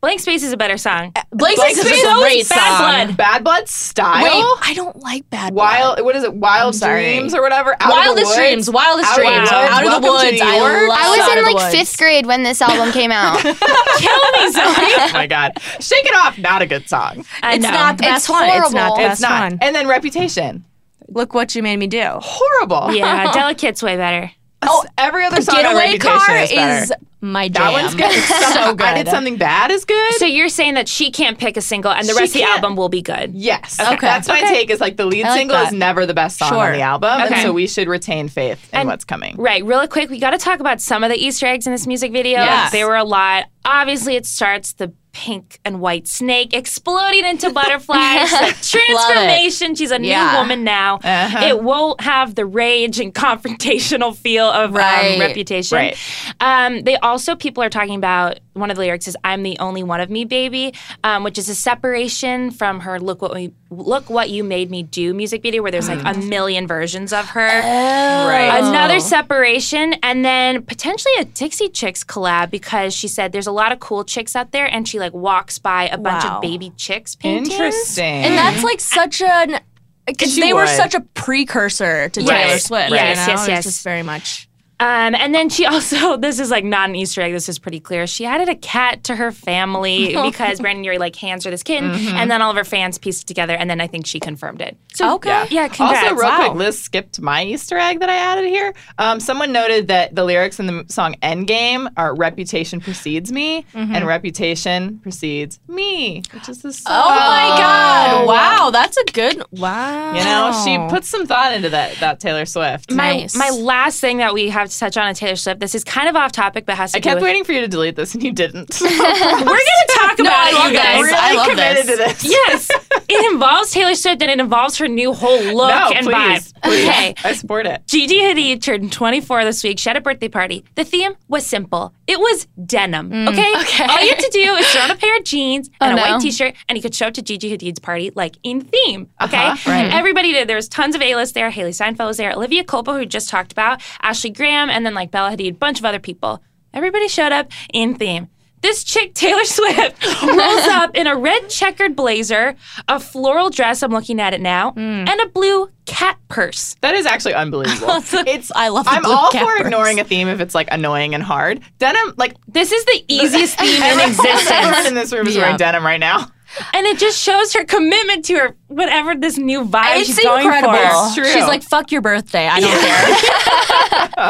A: Blank space is a better song.
C: Blake's
B: Blake's
C: is
B: Space
C: a
B: is
C: great
A: Bad
C: song.
A: Blood.
B: Bad Blood style.
C: um, Wait, I don't like Bad Blood.
B: Wild, what is it? Wild
C: sorry.
B: Dreams or whatever. Out of the
C: Wildest
B: woods.
C: Dreams. Wildest
B: Out of the
C: Dreams.
A: Woods.
C: Out of the
B: Welcome to
C: Woods.
B: New
C: I
B: York.
C: love
D: I was
C: Out
D: in
C: of the [laughs]
D: like
C: Woods.
D: fifth grade when this album came out. it's
A: Kill me, Zoe.
B: oh my god, Shake It Off. Not a good song.
A: I
C: It's
A: know.
C: not the best one. It's not
D: horrible.
C: the
D: It's
C: best
B: it's not.
C: one.
B: And then Reputation.
C: Look what you made me do.
B: Horrible.
A: Yeah, Delicate's way better.
B: [laughs] Oh, every other song on
C: Getaway
B: Reputation
C: car
B: is, better.
C: is my jam.
B: that one's good.
C: [laughs]
B: so good. I did something bad is good.
A: So you're saying that she can't pick a single, and the
B: She
A: rest of the
B: can't.
A: album will be good.
B: Yes.
C: Okay.
B: That's my take is like the lead
C: I like
B: single is
C: that.
B: never the best song
C: Sure.
B: on the album.
A: Okay.
B: And so we should retain faith in what's coming.
A: Right, really quick, we got to talk about some of the Easter eggs in this music video.
C: Yes.
A: There were a lot. Obviously, it starts the pink and white snake exploding into
C: [laughs]
A: butterflies. like transformation. She's a new
C: Yeah.
A: woman now.
B: Uh-huh.
A: It won't have the rage and [laughs] confrontational feel of um,
C: Right.
A: reputation.
B: Right.
A: Um, they also, people are talking about one of the lyrics is "I'm the only one of me, baby," um, which is a separation from her "Look what we look what you made me do" music video, where there's like a
C: Mm.
A: million versions of
C: Oh,
A: her.
B: Right.
A: Another separation, and then potentially a Dixie Chicks collab because she said there's a lot of cool chicks out there, and she like walks by a bunch
C: Wow.
A: of baby chicks paintings.
B: Interesting.
C: And that's like such an. Because
B: She
C: they were
B: would.
C: such a precursor to
A: Right.
C: Taylor Swift. you
A: Yes,
C: know?
A: yes, yes.
C: It's just very much.
A: Um, and then she [laughs] also, this is like not an Easter egg, this is pretty clear. She added a cat to her family because Brandon Urie like hands her this kitten, and then all of her fans pieced it together, and then I think she confirmed it. So,
C: Okay.
A: [laughs] yeah, congrats.
B: Also, real
A: Wow.
B: quick, Liz skipped my Easter egg that I added here. Um, someone noted that the lyrics in the m- song Endgame are Reputation precedes me
A: Mm-hmm.
B: and Reputation precedes me, which is the song.
C: Oh, my
B: Oh.
C: God. Wow. That's a good. Wow.
B: You know, she puts some thought into that, that Taylor Swift.
A: Oh. My,
C: Nice.
A: my last thing that we have to touch on in Taylor Swift, this is kind of off topic, but has to
B: I
A: do
B: kept
A: with-
B: waiting for you to delete this and
A: [laughs]
B: you didn't. [laughs]
A: We're going to talk about
C: I
A: it,
C: love
A: you guys.
C: this.
B: really
C: I love
B: committed
C: this.
B: to this.
A: Yes, it involves Taylor Swift and it involves her new whole look
B: No,
A: and
B: please,
A: vibe.
B: please.
A: Okay.
B: I support it.
A: Gigi Hadid turned 24 this week. She had a birthday party. The theme was simple. It was denim. Okay?
D: Mm, okay.
A: All you had to do is throw on a pair of jeans
D: Oh,
A: and a
D: no.
A: white t-shirt, and you could show up to Gigi Hadid's party like in theme. Okay?
B: Uh-huh, right.
A: Everybody did. There was tons of A-list there. Haley Steinfeld was there. Olivia Culpo, who we just talked about, Ashley Graham, and then like Bella Hadid, a bunch of other people. Everybody showed up in theme. This chick, Taylor [laughs] Swift, rolls up in a red checkered blazer, a floral dress, I'm looking at it now,
D: Mm.
A: and a blue cat purse.
B: That is
A: [laughs]
B: actually unbelievable. it's
C: I love the
B: I'm
C: blue
B: all
C: cat
B: for
C: purse.
B: ignoring a theme if it's like annoying and hard. Denim, like
A: This is the
B: [laughs]
A: easiest theme in
B: everyone
A: existence.
B: in this room is wearing
C: Yeah.
B: denim right now.
A: And it just shows her commitment to her whatever this new vibe
C: It's
A: she's going
C: incredible.
B: It's
A: for.
B: true.
C: She's like, fuck your birthday. I don't care.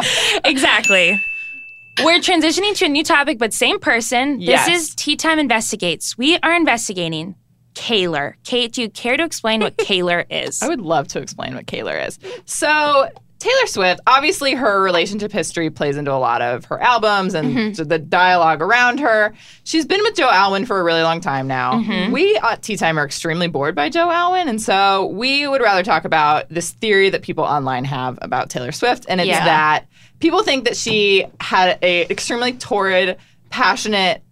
A: Exactly. We're transitioning to a new topic, but same person.
B: Yes.
A: This is Tea Time Investigates. We are investigating Kaler. Kate, do you care to explain
B: [laughs]
A: what Kaler is?
B: I would love to explain what Kaler is. So Taylor Swift, obviously, her relationship history plays into a lot of her albums and the dialogue around her. She's been with Joe Alwyn for a really long time now. We at Tea Time are extremely bored by Joe Alwyn, and so we would rather talk about this theory that people online have about Taylor Swift, and it's
C: Yeah.
B: that people think that she had a extremely torrid, passionate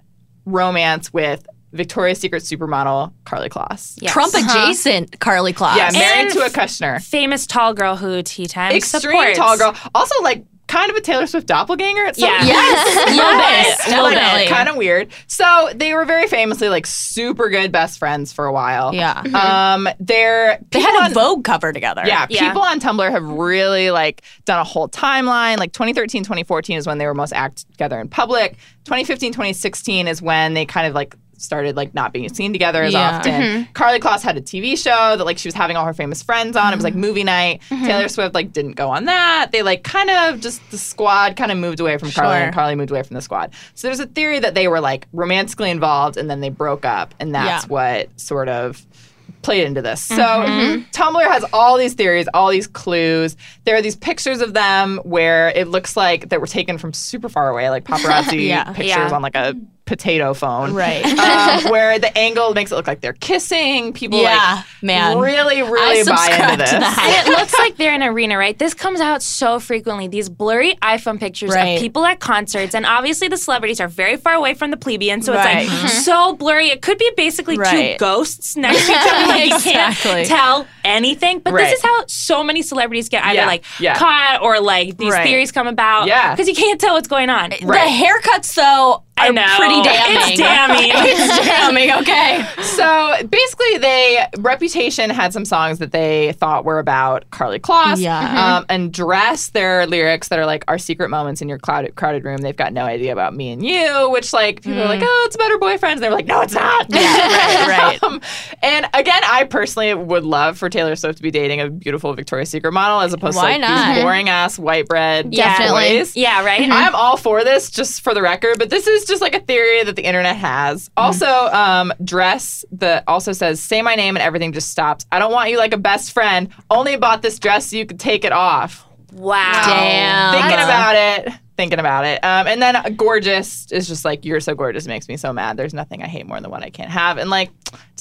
B: romance with Victoria's Secret supermodel Carly Kloss.
A: Yes.
C: Trump adjacent Carly Kloss.
B: Uh-huh. Yeah,
C: [laughs]
B: married
A: And
B: to a Kushner.
A: Famous tall girl who Tea Time
B: extreme
A: supports.
B: tall girl. Also, like kind of a Taylor Swift doppelganger at some
A: Yeah.
B: point.
C: yes. yes.
B: Like,
C: Totally.
B: kind of weird. So they were very famously like super good best friends for a while.
C: Yeah.
B: Um, they're
C: They had a Vogue cover together.
B: yeah,
A: Yeah.
B: people on Tumblr have really like done a whole timeline. Like 2013, 2014 is when they were most act together in public. 2015, 2016 is when they kind of like started like not being seen together as
C: Yeah. Mm-hmm.
B: often. Carly Kloss had a TV show that like she was having all her famous friends on. It was like movie night.
C: Mm-hmm.
B: Taylor Swift like didn't go on that. They like kind of just the squad kind of moved away from Carly
C: Sure.
B: and Carly moved away from the squad. So there's a theory that they were like romantically involved and then they broke up and that's
C: Yeah.
B: what sort of played into this. So
C: Mm-hmm.
B: Tumblr has all these theories, all these clues. There are these pictures of them where it looks like that were taken from super far away, like paparazzi
C: [laughs] Yeah.
B: pictures
A: Yeah.
B: on like a potato phone. [laughs]
C: Right. [laughs]
B: Um, where the angle makes it look like they're kissing. People
C: yeah, man.
B: like really,
C: I
B: really buy
C: subscribe
B: into this.
C: to that.
A: And it looks like they're in an arena, right? This comes out so frequently. These blurry iPhone pictures
C: Right.
A: of people at concerts, and obviously the celebrities are very far away from the plebeians, so
C: Right.
A: it's like so blurry. It could be basically
C: Right.
A: two ghosts next to each other. Like
C: Exactly.
A: You can't tell anything. But
B: Right.
A: this is how so many celebrities get either
B: Yeah.
A: like
B: Yeah.
A: caught or like these
C: Right.
A: theories come about.
B: Yeah.
A: because you can't tell what's going on.
C: The haircuts though
A: I
C: are
A: know.
C: pretty damning.
A: It's damning.
C: [laughs] It's
B: [laughs]
C: damning. Okay.
B: Oh. So basically, they Reputation had some songs that they thought were about Carly Kloss.
C: Yeah. Mm-hmm.
B: Um, and Dress, their lyrics that are like our secret moments in your clouded, crowded room. They've got no idea about me and you, which like people are like, oh, it's about her boyfriends. And they were like, no, it's not. [laughs]
C: Mm. right, right.
B: Um, and again, I personally would love for Taylor Swift to be dating a beautiful Victoria's Secret model as opposed
C: Why
B: to like,
C: not?
B: these boring ass white bread
D: Definitely.
B: boys.
A: yeah, right.
B: I'm all for this, just for the record, but this is just like a theory that the internet has. Also, um, dress that also says, say my name and everything just stops. I don't want you like a best friend. Only bought this dress so you could take it off.
A: Wow.
C: Damn.
B: thinking about it. Thinking about it. Um, and then uh, gorgeous is just like, you're so gorgeous, it makes me so mad. There's nothing I hate more than what I can't have. And like,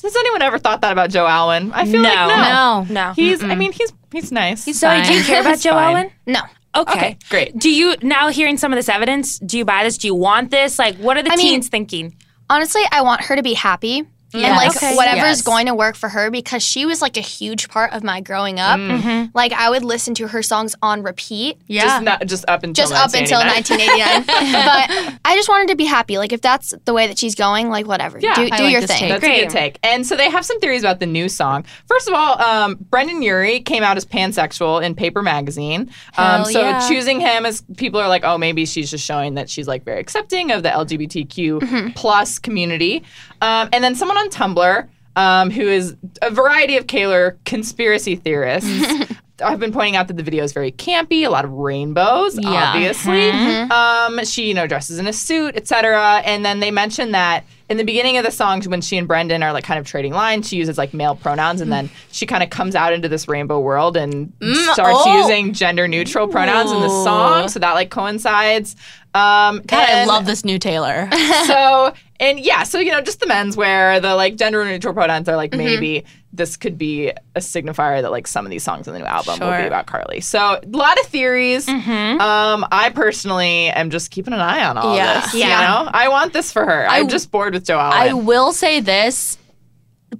B: has anyone ever thought that about Joe Alwyn? I feel like
A: No.
B: no.
C: No.
A: No.
B: He's, I mean, he's he's nice.
A: so do you care about Joe
B: fine.
A: Alwyn?
D: No.
A: Okay.
B: Okay, great.
A: Do you now hearing some of this evidence? Do you buy this? Do you want this? Like, what are the
D: I mean-
A: teens thinking?
D: Honestly, I want her to be happy. And like
A: Okay.
D: whatever's
C: Yes.
D: going to work for her because she was like a huge part of my growing up. Mm-hmm. Like I would listen to her songs on repeat.
C: Yeah.
B: Just not just up until
D: just up until
B: 1989.
D: 1989. but I just wanted to be happy. Like if that's the way that she's going, like whatever,
B: Yeah,
D: do,
B: I
D: do
C: like
D: your
C: this
D: thing.
C: take.
B: That's a good take. And so they have some theories about the new song. First of all, um, Brendan Urie came out as pansexual in Paper Magazine. Um,
C: Hell
B: so
C: yeah.
B: choosing him as people are like, oh, maybe she's just showing that she's like very accepting of the LGBTQ
C: Mm-hmm.
B: plus community. Um, and then someone on Tumblr. Um, who is a variety of Kaler conspiracy theorists?
C: [laughs]
B: I've been pointing out that the video is very campy, a lot of rainbows,
C: Yeah. Mm-hmm.
B: obviously. Um, she, you know, dresses in a suit, etc. And then they mention that in the beginning of the song, when she and Brendan are like kind of trading lines, she uses like male pronouns, and
C: Mm.
B: then she kind of comes out into this rainbow world and starts
C: oh.
B: using gender neutral pronouns in the song. So that like coincides. Um,
C: God, I
B: and-
C: love this new Taylor. [laughs]
B: so and yeah, so you know, just the menswear, the like gender neutral pronouns are like
C: Mm-hmm.
B: maybe this could be a signifier that like some of these songs on the new album will be
C: Sure. Mm-hmm.
B: about Carly. So a lot of theories. Um, I personally am just keeping an eye on all
C: Yeah.
B: this.
A: Yeah.
B: You know, I want this for her. I, am just bored with Joe
C: I
B: Allen.
C: will say this.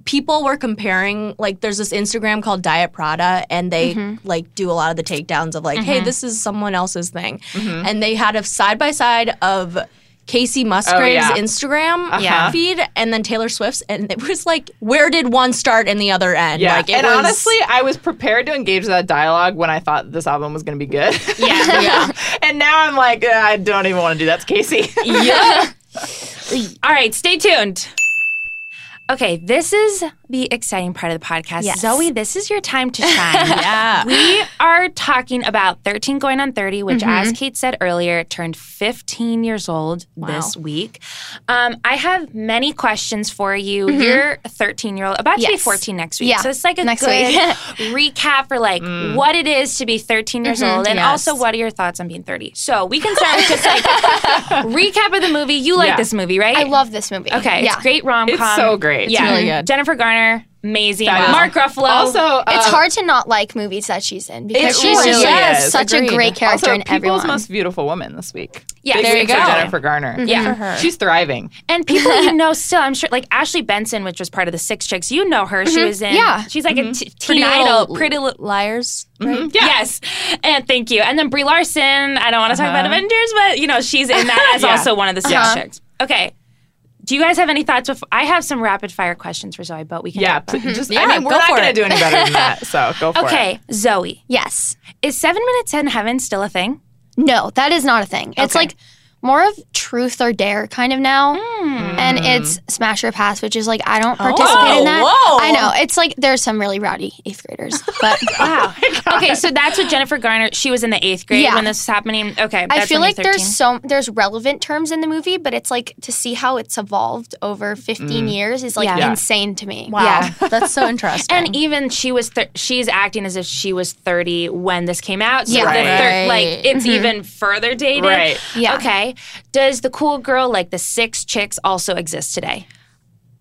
C: People were comparing, like, there's this Instagram called Diet Prada, and they
B: Mm-hmm.
C: like do a lot of the takedowns of like, hey, this is someone else's thing,
B: Mm-hmm.
C: and they had a side by side of Casey Musgrave's
B: Oh, yeah.
C: Instagram
B: Uh-huh.
C: feed and then Taylor Swift's, and it was like, where did one start and the other end?
B: yeah,
C: like, it
B: and
C: was-
B: honestly, I was prepared to engage with that dialogue when I thought this album was going to be good. [laughs]
C: yeah, yeah.
B: and now I'm like, "Uh, I don't even want to do that. It's Casey.
A: Yeah. All right, stay tuned. Okay, this is the exciting part of the podcast.
C: Yes.
A: Zoe, this is your time
D: [laughs]
A: to shine.
C: Yeah.
A: We are talking about 13 going on 30, which,
D: Mm-hmm.
A: as Kate said earlier, turned 15 years old this week. Um, I have many questions for you. You're a 13 year old, about to be
D: Mm-hmm. Yes.
A: 14 next week.
D: Yeah,
A: So it's like a
D: next
A: good
D: week. [laughs] Mm. Mm-hmm.
A: recap for like what it is to be 13 years old, and also what are your thoughts on being 30. So we can start with just
D: [laughs]
A: like recap of the movie. You like
B: Yeah.
A: this movie, right?
D: I love this movie.
A: Okay,
D: yeah.
A: it's great rom com.
B: It's so great. It's
A: Yeah,
C: really good.
A: Jennifer Garner, amazing.
B: Fabulous.
A: Mark Ruffalo,
B: [laughs] Also, uh,
D: It's hard to not like movies that she's in because she's
B: really
D: just
B: is.
D: such
C: Agreed.
D: a great character
B: also,
D: in
B: People's
D: everyone.
B: Most Beautiful Woman this week.
A: Yeah,
B: Big
A: there you
B: week for
A: go. Mm-hmm.
B: Jennifer Garner.
A: Yeah. For
C: her.
B: she's thriving.
A: And people you know still, I'm sure, like Ashley Benson, which was part of the Six Chicks. You know her. She was in.
D: Yeah.
A: She's like a t- teen
C: Pretty
A: idol.
C: Little
A: Pretty little.
C: Liars.
B: Mhm. Mm-hmm. Yeah.
A: Yes. And thank you. And then Brie Larson. I don't want to talk about Avengers, but you know she's in that as
B: [laughs] Yeah.
A: also one of the Six
B: Uh-huh.
A: Chicks. Okay. Do you guys have any thoughts? Before? I have some rapid fire questions for Zoe, but we can.
B: Yeah,
A: talk about-
B: pl- just
C: Yeah,
B: I mean, we're
C: go
B: not
C: for
B: gonna
C: it.
B: do any better than that. So go for it.
A: Okay, Zoe,
D: yes.
A: is seven minutes in heaven still a thing?
D: No, that is not a thing. It's
A: Okay.
D: like more of truth or dare kind of now. And it's smash or pass, which is like I don't participate in that.
C: whoa.
D: I know. It's like there's some really rowdy eighth graders. But
A: [laughs] Wow. okay, so that's what Jennifer Garner. She was in the eighth grade
D: Yeah.
A: when this was happening. Okay,
D: I
A: that's
D: feel
A: when
D: like
A: you're 13.
D: there's so there's relevant terms in the movie, but it's like to see how it's evolved over 15 years is like
A: Yeah. Yeah.
D: insane to me.
C: Wow, [laughs] that's so interesting.
A: And even she was, thir- she's acting as if she was 30 when this came out. So
D: Yeah.
A: the thir-
C: Right.
A: like it's even further dated.
B: Right.
D: Yeah.
A: Mm-hmm. Okay. Does the cool girl like the six chicks also exist today?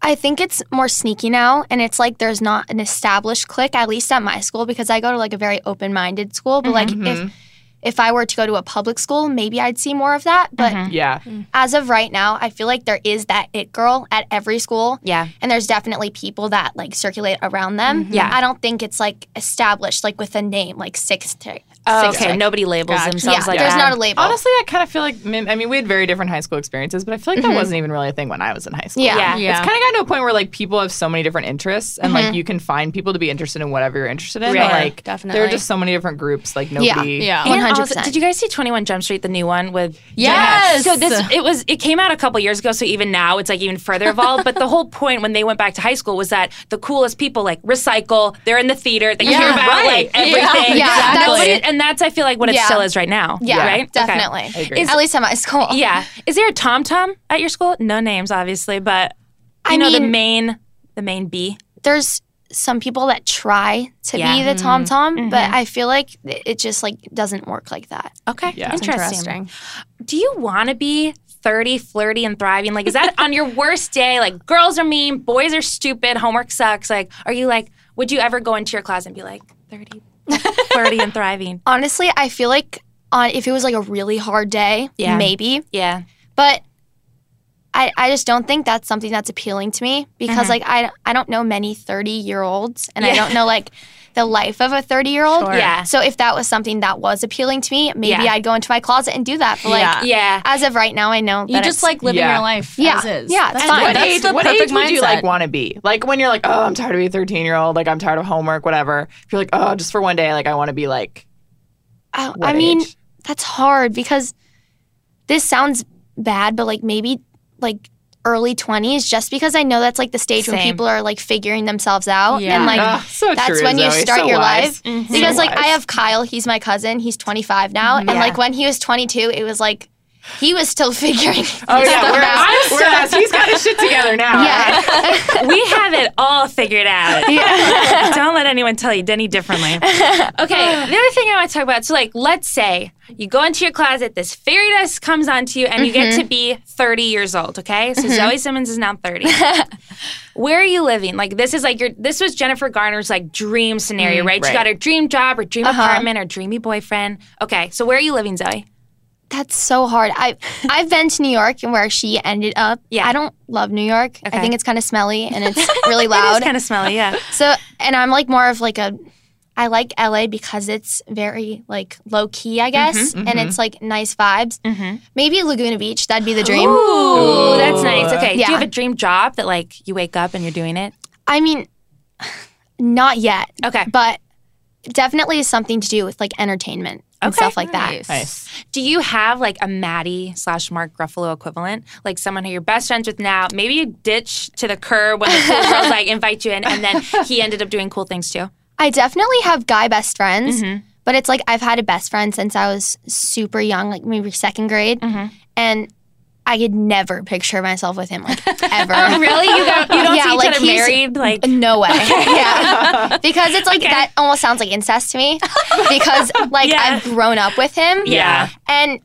D: I think it's more sneaky now, and it's like there's not an established clique, at least at my school, because I go to like a very open-minded school. But like
A: Mm-hmm.
D: if if I were to go to a public school, maybe I'd see more of that. But
A: Mm-hmm.
B: Yeah.
D: as of right now, I feel like there is that it girl at every school.
A: Yeah. Mm-hmm.
D: And there's definitely people that like circulate around them. Yeah. I don't think it's like established like with a name, like six to
A: Oh,
D: six
A: okay.
D: to-
A: Nobody labels
C: Gotcha.
D: Yeah,
A: themselves like
D: there's
A: that.
D: not a label.
B: Honestly, I kind of feel like mim- I mean we had very different high school experiences, but I feel like that wasn't even really a thing when I was in high school.
D: Yeah.
A: Yeah.
C: yeah.
B: It's kind of gotten to a point where like people have so many different interests, and like you can find people to be interested in whatever you're interested in.
A: Right.
B: But, like there
C: Definitely.
B: are just so many different groups. Like nobody.
C: yeah.
A: And also,
D: 100%.
A: Did you guys see 21 Jump Street, the new one with
C: Yes.
A: So this it was it came out a couple years ago, so even now it's like even further evolved. but the whole point when they went back to high school was that the coolest people like recycle, they're in the theater, they hear about
C: right.
A: like everything. [laughs]
D: Yeah, exactly.
A: Nobody- and that's I feel like what it
D: Yeah.
A: still is right now.
D: yeah,
A: Right? Okay.
D: definitely.
B: agree.
D: At least at my school.
A: Yeah. Is there a Tom Tom at your school? No names, obviously, but you
D: I
A: know the
D: mean-
A: main the main B.
D: There's some people that try to
A: Yeah.
D: be the Tom Tom, but I feel like it just like doesn't work like that.
A: Okay.
B: Yeah.
A: Interesting. Do you want to be 30, flirty, and thriving? Like, is that on your worst day? Like, girls are mean, boys are stupid, homework sucks. Like, are you like, would you ever go into your closet and be like 30, [laughs] flirty, and thriving?
D: Honestly, I feel like on if it was like a really hard day,
A: Yeah.
D: maybe.
A: Yeah.
D: but I, I just don't think that's something that's appealing to me because like I, I don't know many 30 year olds and I don't know like the life of a 30 year old
A: Sure. Yeah.
D: so if that was something that was appealing to me maybe
A: Yeah.
D: I'd go into my closet and do that but like
C: Yeah.
A: Yeah.
D: as of right now I know
C: You
D: that
C: just
D: it's-
C: like living
B: Yeah.
C: your life
D: Yeah.
C: as is.
D: Yeah,
C: that's
D: it's fine.
C: What,
B: What
C: that's
B: age,
C: the
B: what
C: perfect
B: age would
C: mindset.
B: you like want to be? Like when you're like, oh, I'm tired of being a 13 year old. Like I'm tired of homework, whatever. If you're like, oh, just for one day, like I want to be like,
D: I,
B: what
D: I mean
B: age?
D: that's hard because this sounds bad but like maybe like early 20s just because I know that's like the stage when
A: Same.
D: people are like figuring themselves out
B: [laughs]
C: Yeah.
D: and like
B: Ah, so
D: that's
B: true,
D: when you
B: Zoe.
D: start
B: So
D: your
B: wise. Mm-hmm.
D: life
A: Mm-hmm.
D: because
B: So
D: like i
B: wise.
D: have kyle he's my cousin he's 25 now and like when he was 22 it was like he was still [laughs] figuring
B: Oh yeah,
D: stuff out
B: whereas, whereas he's got his shit together now. right?
D: [laughs] yeah
A: we have it all figured [laughs] out. Don't let anyone tell you any differently. Okay, the other [sighs] thing I want to talk about. So, like, let's say you go into your closet, this fairy dust comes onto you, and you get to be 30 years old. Okay, so Zoe Simmons is now [laughs] 30. Where are you living? Like, this is like your. This was Jennifer Garner's like dream scenario, Mm, right? Uh-huh. She
B: right.
A: got her dream job, her dream apartment, her dreamy boyfriend. Okay, so where are you living, Zoe?
D: that's so hard i i've been to new york and where she ended up
A: Yeah.
D: i don't love new york
A: Okay.
D: i think it's kind of smelly
A: [laughs]
D: and it's really loud
A: It's kind of smelly, yeah.
D: so and i'm like more of like a I like LA because it's very like low key, I guess,
A: Mm-hmm,
D: and it's like nice vibes. Maybe Laguna Beach, that'd be the dream.
A: Ooh, that's nice. Okay, do
D: Yeah.
A: you have a dream job that like you wake up and you're doing it?
D: I mean, not yet.
A: Okay.
D: But definitely something to do with like entertainment and
A: Okay,
D: stuff like that.
B: Nice.
A: Do you have like a Maddie slash Mark Ruffalo equivalent, like someone who you're best friends with now? Maybe you ditch to the curb when the cool girls like invite you in, and then he ended up doing cool things too.
D: I definitely have guy best friends,
A: Mm-hmm.
D: but it's like I've had a best friend since I was super young, like maybe second grade.
A: Mm-hmm.
D: And I could never picture myself
A: [laughs]
D: with him, like ever.
A: Really, you don't, you don't
D: Yeah,
A: see each
D: like,
A: other
D: he's-
A: married? Like,
D: [laughs] No way. yeah. Because it's like that almost sounds like incest to me.
A: [laughs]
D: Because like
A: Yeah.
D: I've grown up with him.
A: Yeah.
D: And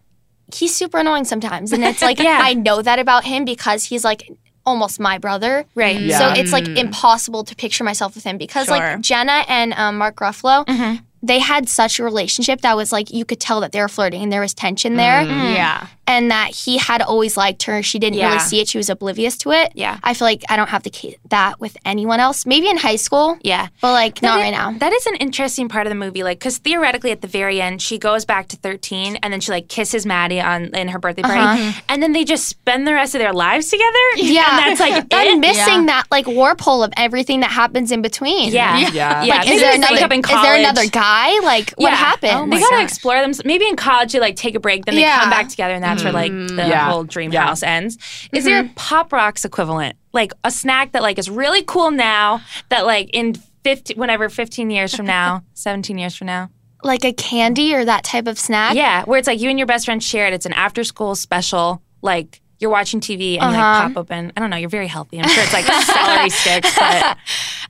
D: he's super annoying sometimes. And
A: [laughs]
D: it's like I know that about him because he's like almost my brother.
A: right? Mm.
B: Yeah.
D: So it's like impossible to picture myself with him because
C: Sure.
D: like Jenna and um, Mark Ruffalo,
A: Mm-hmm.
D: they had such a relationship that was like you could tell that they were flirting and there was tension there
A: Mm.
C: Yeah.
D: and that he had always liked her. She didn't
A: Yeah.
D: really see it. She was oblivious to it.
A: Yeah.
D: I feel like I don't have the ca- that with anyone else. Maybe in high school.
A: Yeah.
D: But like not
A: That
D: right
A: is- [laughs]
D: now.
A: That is an interesting part of the movie, like because theoretically at the very end she goes back to thirteen, and then she like kisses Maddie on in her birthday party, and then they just spend the rest of their lives together.
D: Uh-huh. Yeah.
A: and that's like
D: I'm
A: it.
D: missing that like warp hole of everything that happens in between.
A: Yeah, yeah.
B: Yeah.
A: Yeah.
D: Is
A: Maybe
D: there,
A: they wake
D: another,
A: up in
D: is there another
A: college. Oh
D: guy? Like what happened?
A: They gotta explore them. Maybe in college, you like take a break, then they
D: Oh Yeah. Mm.
A: come back together, and that That's where like the
B: Yeah.
A: whole dream
B: Yeah.
A: house ends. Is there
D: Mm-hmm.
A: a Pop Rocks equivalent, like a snack that like is really cool now that like in 50, whenever 15 years from
D: [laughs]
A: now, 17 years from now?
D: Like a candy or that type of snack.
A: Yeah, where it's like you and your best friend share it. It's an after school special. Like you're watching TV and you
D: Uh-huh.
A: like pop open. I don't know. You're very healthy. I'm sure
D: [laughs]
A: it's like celery sticks, but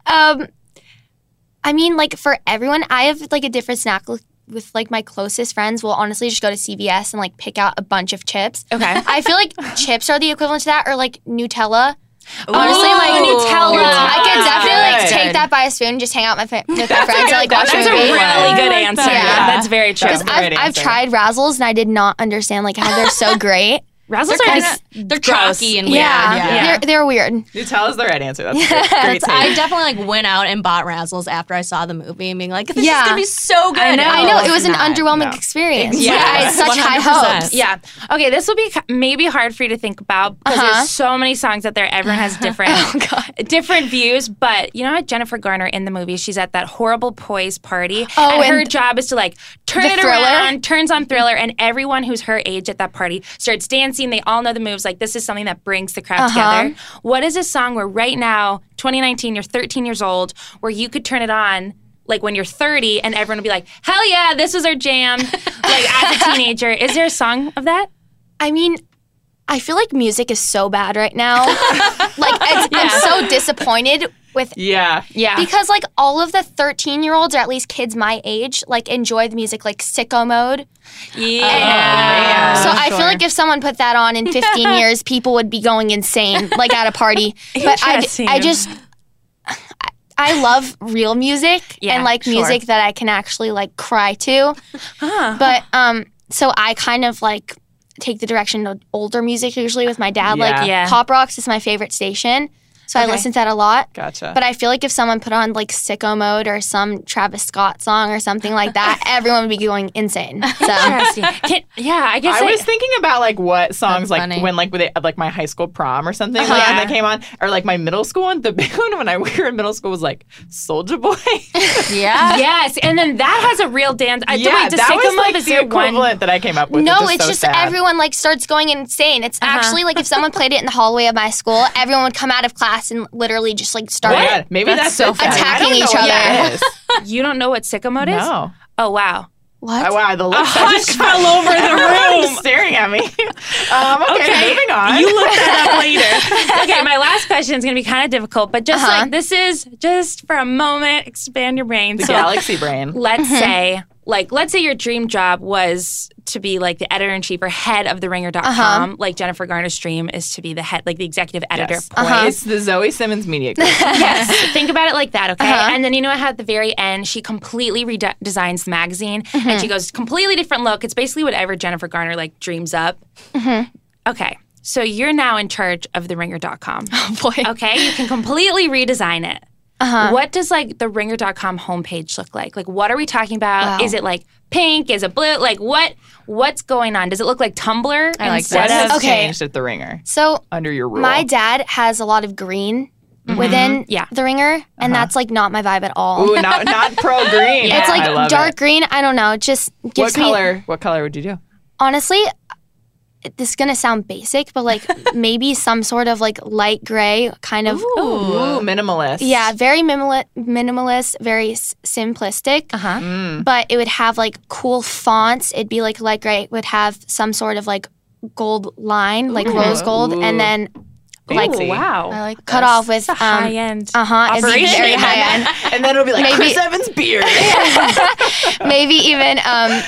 D: Um, I mean, like for everyone, I have like a different snack l- with like my closest friends. Will honestly just go to CVS and like pick out a bunch of chips.
A: okay.
D: I feel like chips are the equivalent to that, or like Nutella. Honestly, like
B: Oh.
A: Nutella.
D: I could
A: Nutella.
D: definitely like
B: Good.
D: take that by a spoon and just hang out with my, fa- with my friends and like
B: that's
D: watch
A: That's
D: a
A: a
D: movie.
A: really good
B: Yeah.
A: answer.
D: Yeah.
A: That's very true.
B: That's-
D: I've,
B: Great
D: I've
B: answer.
D: tried Razzles and I did not understand like how they're so great.
A: Razzles are
C: They're,
A: just
C: they're
A: gross.
C: chalky and
D: yeah,
C: weird.
B: yeah.
D: They're, they're weird.
B: Nutella's the right answer.
D: [laughs]
B: That's great. great take.
C: I definitely like went out and bought Razzles after I saw the movie and being like, this
D: Yeah.
C: is gonna be so good.
A: I know.
D: I know it was an
C: Oh, Not.
D: underwhelming
B: no.
D: experience.
C: Yeah.
D: Yeah, I had such high
C: 100%.
D: hopes.
A: Yeah. Okay, this will be ki- maybe hard for you to think about because
D: Uh-huh. Oh,
A: there's so many songs out there. Everyone
D: [laughs]
A: has different different views. But you know what? Jennifer Garner in the movie, she's at that horrible poise party.
D: Oh,
A: and,
D: and
A: her job is to like turn
D: the
A: it
D: Thriller?
A: around, turns on thriller, and everyone who's her age at that party starts dancing. They all know the moves. Like this is something that brings the
D: Uh-huh.
A: crowd together. What is a song where right now, 2019, you're 13 years old, where you could turn it on? Like when you're 30 and everyone will be like, hell yeah, this is our
D: [laughs]
A: jam. Like as a teenager, is there a song of that?
D: I mean, I feel like music is so bad right now. like it's, I'm so disappointed with
B: yeah.
A: Yeah.
D: because like all of the 13 year olds or at least kids my age like enjoy the music like sicko mode.
A: yeah.
D: so I feel like if someone put that on in
A: [laughs]
D: 15 years, people would be going insane like at a party. But I, j-
A: Interesting.
D: I just. I- I love real music
A: Yeah,
D: and like
A: sure.
D: music that I can actually like cry to.
A: Huh.
D: But um, so I kind of like take the direction of older music usually with my dad.
B: Yeah.
D: Like
A: Yeah.
D: Pop Rocks is my favorite station, so
A: Okay.
D: I listen to that a lot.
B: Gotcha.
D: But I feel like if someone put on like Sicko Mode or some Travis Scott song or something like
A: [laughs]
D: that, everyone would be going insane. So
A: Interesting. Can- yeah, I guess
B: I was thinking about like what songs
C: That's
B: like
C: funny.
B: when like they, like my high school prom or something like,
A: Uh-huh.
B: when they came on or like my middle school one. The big [laughs] one when I we were in middle school was like Soldier Boy.
C: [laughs]
B: [laughs]
A: [laughs]
C: Yeah.
A: yes, and then that has a real dance. I,
B: yeah,
A: wait, does
B: that
A: Sicko
B: was
A: Mode
B: like
A: is
B: the
A: there
B: equivalent
A: one?
B: that I came up with. which
D: no,
B: is
D: it's
B: so
D: just
B: sad.
D: everyone like starts going insane. It's actually like if someone played it in the hallway of my school, everyone would come out of class and literally just like
B: Oh
D: start.
B: my God, maybe
A: That's
B: that's,
A: so
B: so sad.
D: Attacking
B: I don't know
D: each
B: what
D: other.
B: that
D: [laughs]
B: is.
A: You don't know what Sicko Mode is?
B: no.
A: Oh wow.
D: What?
B: Oh, wow, the look
D: Uh-huh.
A: Hush fell over
B: Everyone was staring at
D: [laughs]
B: me. Um, okay, moving on. You look that up later.
A: okay, my last question is going to be kind of difficult, but just
D: Uh-huh.
A: like this is just for a moment, expand your brain.
B: The Mm-hmm.
A: So
B: galaxy brain.
A: let's say, like, let's say your dream job was to be like the editor in chief or head of the ringer.com,
B: Uh-huh.
A: com, like Jennifer Garner's dream is to be the head, like the executive editor
B: Yes.
A: of
D: Uh-huh.
A: Poise.
B: It's the Zoe Simmons Media
D: [laughs]
B: Group.
A: yes. [laughs] Think about it like that, okay? And then you know how at the very end she completely redesigns the magazine and she goes completely different look. It's basically whatever Jennifer Garner like dreams up. Okay. So you're now in charge of the ringer.com. Oh
D: boy.
A: Okay? You can completely redesign it. Uh-huh. What does like the ringer.com homepage look like? Like what are we talking about?
D: Wow.
A: Is it like pink? Is it blue? Like what what's going on? Does it look like Tumblr
C: I like
A: instead
B: What has
A: of
D: Okay.
B: changed at the Ringer
D: So
B: under your rule?
D: my dad has a lot of green within
A: Yeah.
D: the ringer, and that's like not my vibe at all.
B: Uh-huh. Ooh, not
D: [laughs]
B: not pro green.
D: It's
B: I love
D: like
B: it.
D: dark green. I don't know. It just
B: What
D: gives me
B: color? What color would you do?
D: honestly. it- This is gonna sound basic, but like [laughs] maybe some sort of like light gray kind of
B: Ooh, minimalist.
D: yeah, very minimal- minimalist, very s- simplistic.
A: Uh-huh.
B: Mm.
D: But it would have like cool fonts. It'd be like light gray. It would have some sort of like gold line, like rose gold, and then like
B: Fancy.
A: wow.
C: I like
D: cut
C: this.
D: off with
A: High
D: um,
A: end.
D: uh huh, it'd be
A: operation.
D: very high end.
A: [laughs]
B: and then it'll be like
D: Maybe-
B: Chris Evans
D: [laughs]
B: beard.
D: Maybe even um,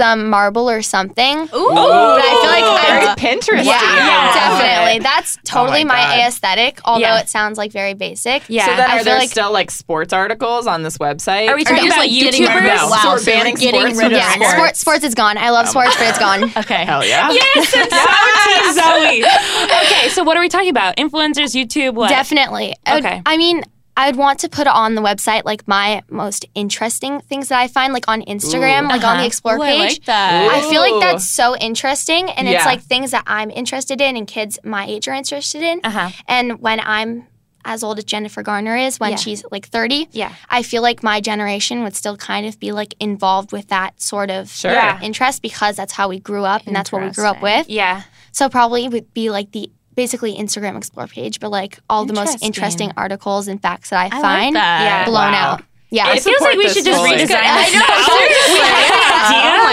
D: some marble or something.
C: Ooh.
D: But I feel like
B: Very
D: I'm-
B: Pinterest.
D: Yeah,
A: Yeah.
D: definitely. That's totally
B: Oh my
D: my,
B: God.
D: aesthetic, although
A: Yeah.
D: it sounds like very basic.
A: Yeah.
B: So then,
D: I
B: are
D: feel
B: there
D: like-
B: still like sports articles on this website?
A: Are we talking
C: just,
A: about
C: like, getting rid
A: YouTubers?
C: of-
B: No.
C: Wow,
B: so we're
C: so we're
B: banning
C: getting
B: sports.
C: rid of
D: Yeah,
B: sports.
D: sports. Sports, is gone. I
B: Um,
D: love sports, but it's
B: [laughs]
D: gone.
C: Okay.
A: [laughs]
B: Hell yeah.
A: Yes, I'm so [laughs] Zoe. Okay, so what are we talking about? Influencers, YouTube, what?
D: Definitely. I would-
A: Okay.
D: I mean, I'd want to put on the website like my most interesting things that I find, like on Instagram, like on the Explore
C: Ooh, I
D: page.
C: like that.
D: I feel
B: Ooh.
D: like that's so interesting, and
B: Yeah.
D: it's like things that I'm interested in, and kids my age are interested in.
A: Uh-huh.
D: And when I'm as old as Jennifer Garner is when
A: Yeah.
D: she's like 30.
A: Yeah.
D: I feel like my generation would still kind of be like involved with that sort of
B: Sure.
A: Yeah.
D: interest because that's how we grew up and that's what we grew up with.
A: Yeah.
D: So probably it would be like the basically Instagram Explore page, but like all the most
C: Interesting.
D: interesting articles and facts that I,
C: I
D: find
C: like that.
A: Yeah.
D: blown
B: Wow.
D: out. Yeah.
A: Uh,
B: I
A: It feels
B: support
A: like we
B: this
A: should just
B: fully.
A: redesign this.
D: I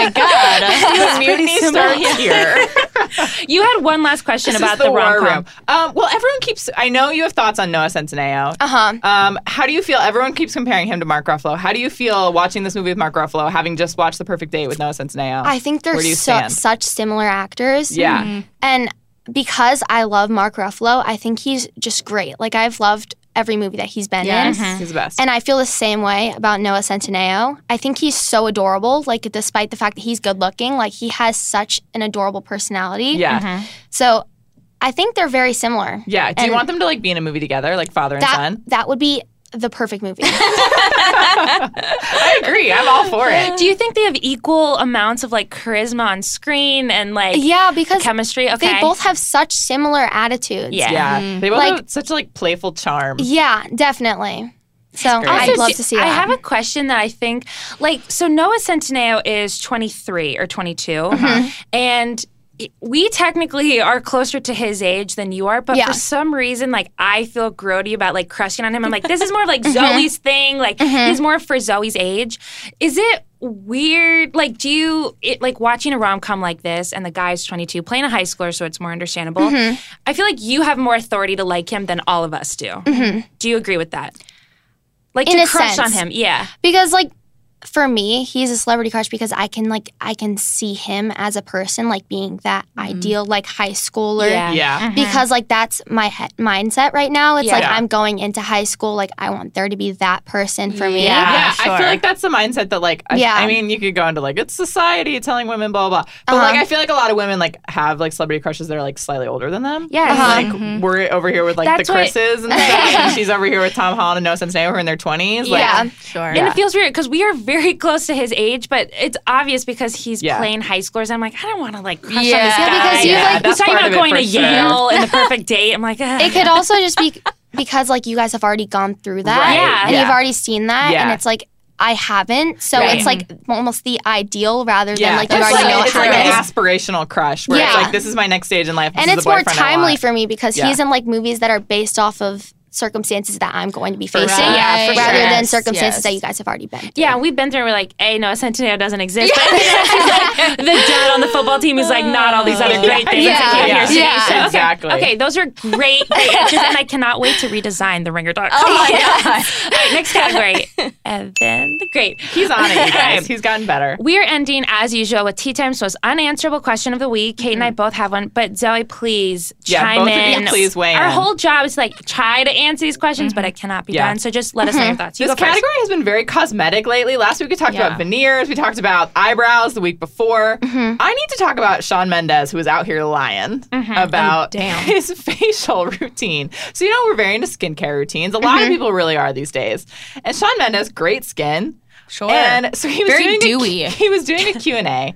A: now.
D: know,
A: We have an idea.
C: Oh my
B: [laughs]
C: god.
B: The mutiny
D: [laughs]
B: starts [laughs] here.
A: You had one last question
B: This
A: about
B: is the, war
A: rom
B: room.
A: com.
B: Um, well, everyone keeps. I know you have thoughts on Noah Centineo.
D: Uh huh.
B: Um, how do you feel? Everyone keeps comparing him to Mark Ruffalo. How do you feel watching this movie with Mark Ruffalo, having just watched The Perfect Date with Noah Centineo?
D: I think
B: Where
D: they're
B: do you
D: so,
B: stand?
D: such similar actors.
B: yeah,
C: Mm-hmm.
D: And because I love Mark Ruffalo, I think he's just great. Like I've loved every movie that he's been
C: Yes.
D: in.
B: he's the best.
D: Mm-hmm. And I feel the same way about Noah Centineo. I think he's so adorable. Like despite the fact that he's good looking, like he has such an adorable personality.
B: yeah,
D: So I think they're very similar.
B: yeah. Do you
D: Mm-hmm. And-
B: want them to like be in a movie together, like father and
D: That
B: son?
D: that would be the
A: [laughs]
D: perfect movie.
B: I agree. I'm all for it.
D: [laughs]
A: Do you think they have equal amounts of like charisma on screen and like
D: yeah, because
A: chemistry? Okay.
D: they both have such similar attitudes.
A: Yeah.
B: Yeah, they both
D: Mm-hmm. Like-
B: have such like playful charm.
D: Yeah, definitely. So
B: great.
D: I'd
A: Also,
D: love
A: do-
D: to see that.
A: I have a question that I think, like, so Noah Centineo is 23 or 22,
D: Mm-hmm.
A: and i- we technically are closer to his age than you are, but
D: Yeah.
A: for some reason, like, I feel grody about like crushing on him. I'm like, this is more
D: [laughs]
A: of, like
D: Mm-hmm.
A: Zoe's thing. Like, he's more for Zoe's age. Is it? Weird, like, do you it, like watching a rom com like this and the guy's 22 playing a high schooler, so it's more understandable?
D: Mm-hmm.
A: I feel like you have more authority to like him than all of us do.
D: Mm-hmm.
A: Do you agree with that? Like
D: In
A: to
D: a
A: crush
D: sense.
A: on him. Yeah.
D: because like for me, he's a celebrity crush because I can like I can see him as a person like being that ideal like high schooler.
A: Mm-hmm. Yeah. Mm-hmm.
B: Yeah,
D: Because like that's my he- mindset right now. It's like
B: Yeah.
D: I'm going into high school like I want there to be that person for me.
C: Yeah.
B: yeah. I feel
C: sure.
B: like that's the mindset that like. I,
D: Yeah.
B: I mean, you could go into like it's society telling women blah blah. blah. But
D: Uh-huh.
B: like, I feel like a lot of women like have like celebrity crushes that are like slightly older than them.
A: Yeah.
D: Uh-huh.
B: Like we're over here with like
A: That's
B: the
A: what-
B: Chris's
D: [laughs]
B: and stuff, and she's over here with Tom Holland and No Sense Now, who are in their twenties. Like,
D: Yeah.
C: Sure.
A: And it feels weird because we are very [laughs] close to his age, but it's obvious because he's
B: Yeah.
A: playing high schoolers. I'm like, I don't want to like crush on
C: Yeah.
A: this guy.
C: Yeah,
D: because you, like-
A: we
B: that's
A: talking
B: part
A: about
B: of it
A: going
B: for
A: to
B: sure.
A: Yale
B: [laughs]
A: and the perfect date. I'm like, ugh.
D: It could also just be [laughs] because like you guys have already gone through that.
B: Right.
A: Yeah.
D: And
B: Yeah.
D: you've already seen that.
B: Yeah.
D: And it's like I haven't. So
A: Right.
D: it's like almost the ideal rather than like you
B: it's
D: already
B: like,
D: know
B: it's
D: how
B: like
D: it
B: an
D: is.
B: aspirational crush where
D: Yeah.
B: it's like this is my next stage in life. This
D: and
B: is
D: it's
B: the
D: more
B: boyfriend I
D: timely
B: want.
D: for me because
B: Yeah.
D: he's in like movies that are based off of circumstances that I'm going to be facing,
C: sure.
A: Yeah, for
D: rather
A: sure.
D: than
C: Yes,
D: circumstances
C: yes.
D: that you guys have already been. Through.
A: yeah, we've been through. We're like, hey, no, Centineo doesn't exist. But she's like the dad on the football team who's like, not all these
B: [laughs]
A: other great things.
D: Yeah.
A: I
D: Yeah.
A: can't hear
D: Yeah.
A: today. So,
B: Exactly.
A: Okay. okay, those are
D: [laughs]
A: great, great answers, and I cannot wait to redesign the ringer.com.
C: Oh
A: [laughs]
C: my god.
A: All right, next category. Evan the Great.
B: He's on it, you
D: [laughs]
B: guys. He's gotten better.
A: We are ending as usual with tea time's most unanswerable question of the week. Kate and I both have one, but Zoe, please
B: Yeah,
A: chime
B: both of you
A: in.
B: please weigh
A: Our
B: in.
A: whole job is to, like try to answer these questions, but it cannot be
B: Yeah.
A: done. So just let us know your thoughts. You
B: This
A: go first.
B: category has been very cosmetic lately. Last week we talked
A: Yeah.
B: about veneers, we talked about eyebrows the week before. I need to talk about Sean Mendez, who is out here lying about
A: damn.
B: [laughs] his facial routine. So you know we're very into skincare routines. A lot of people really are these days. And Sean Mendez, great skin.
C: Sure.
B: And so he was
C: Very
B: doing
C: dewy.
B: A, [laughs] he was doing a Q&A.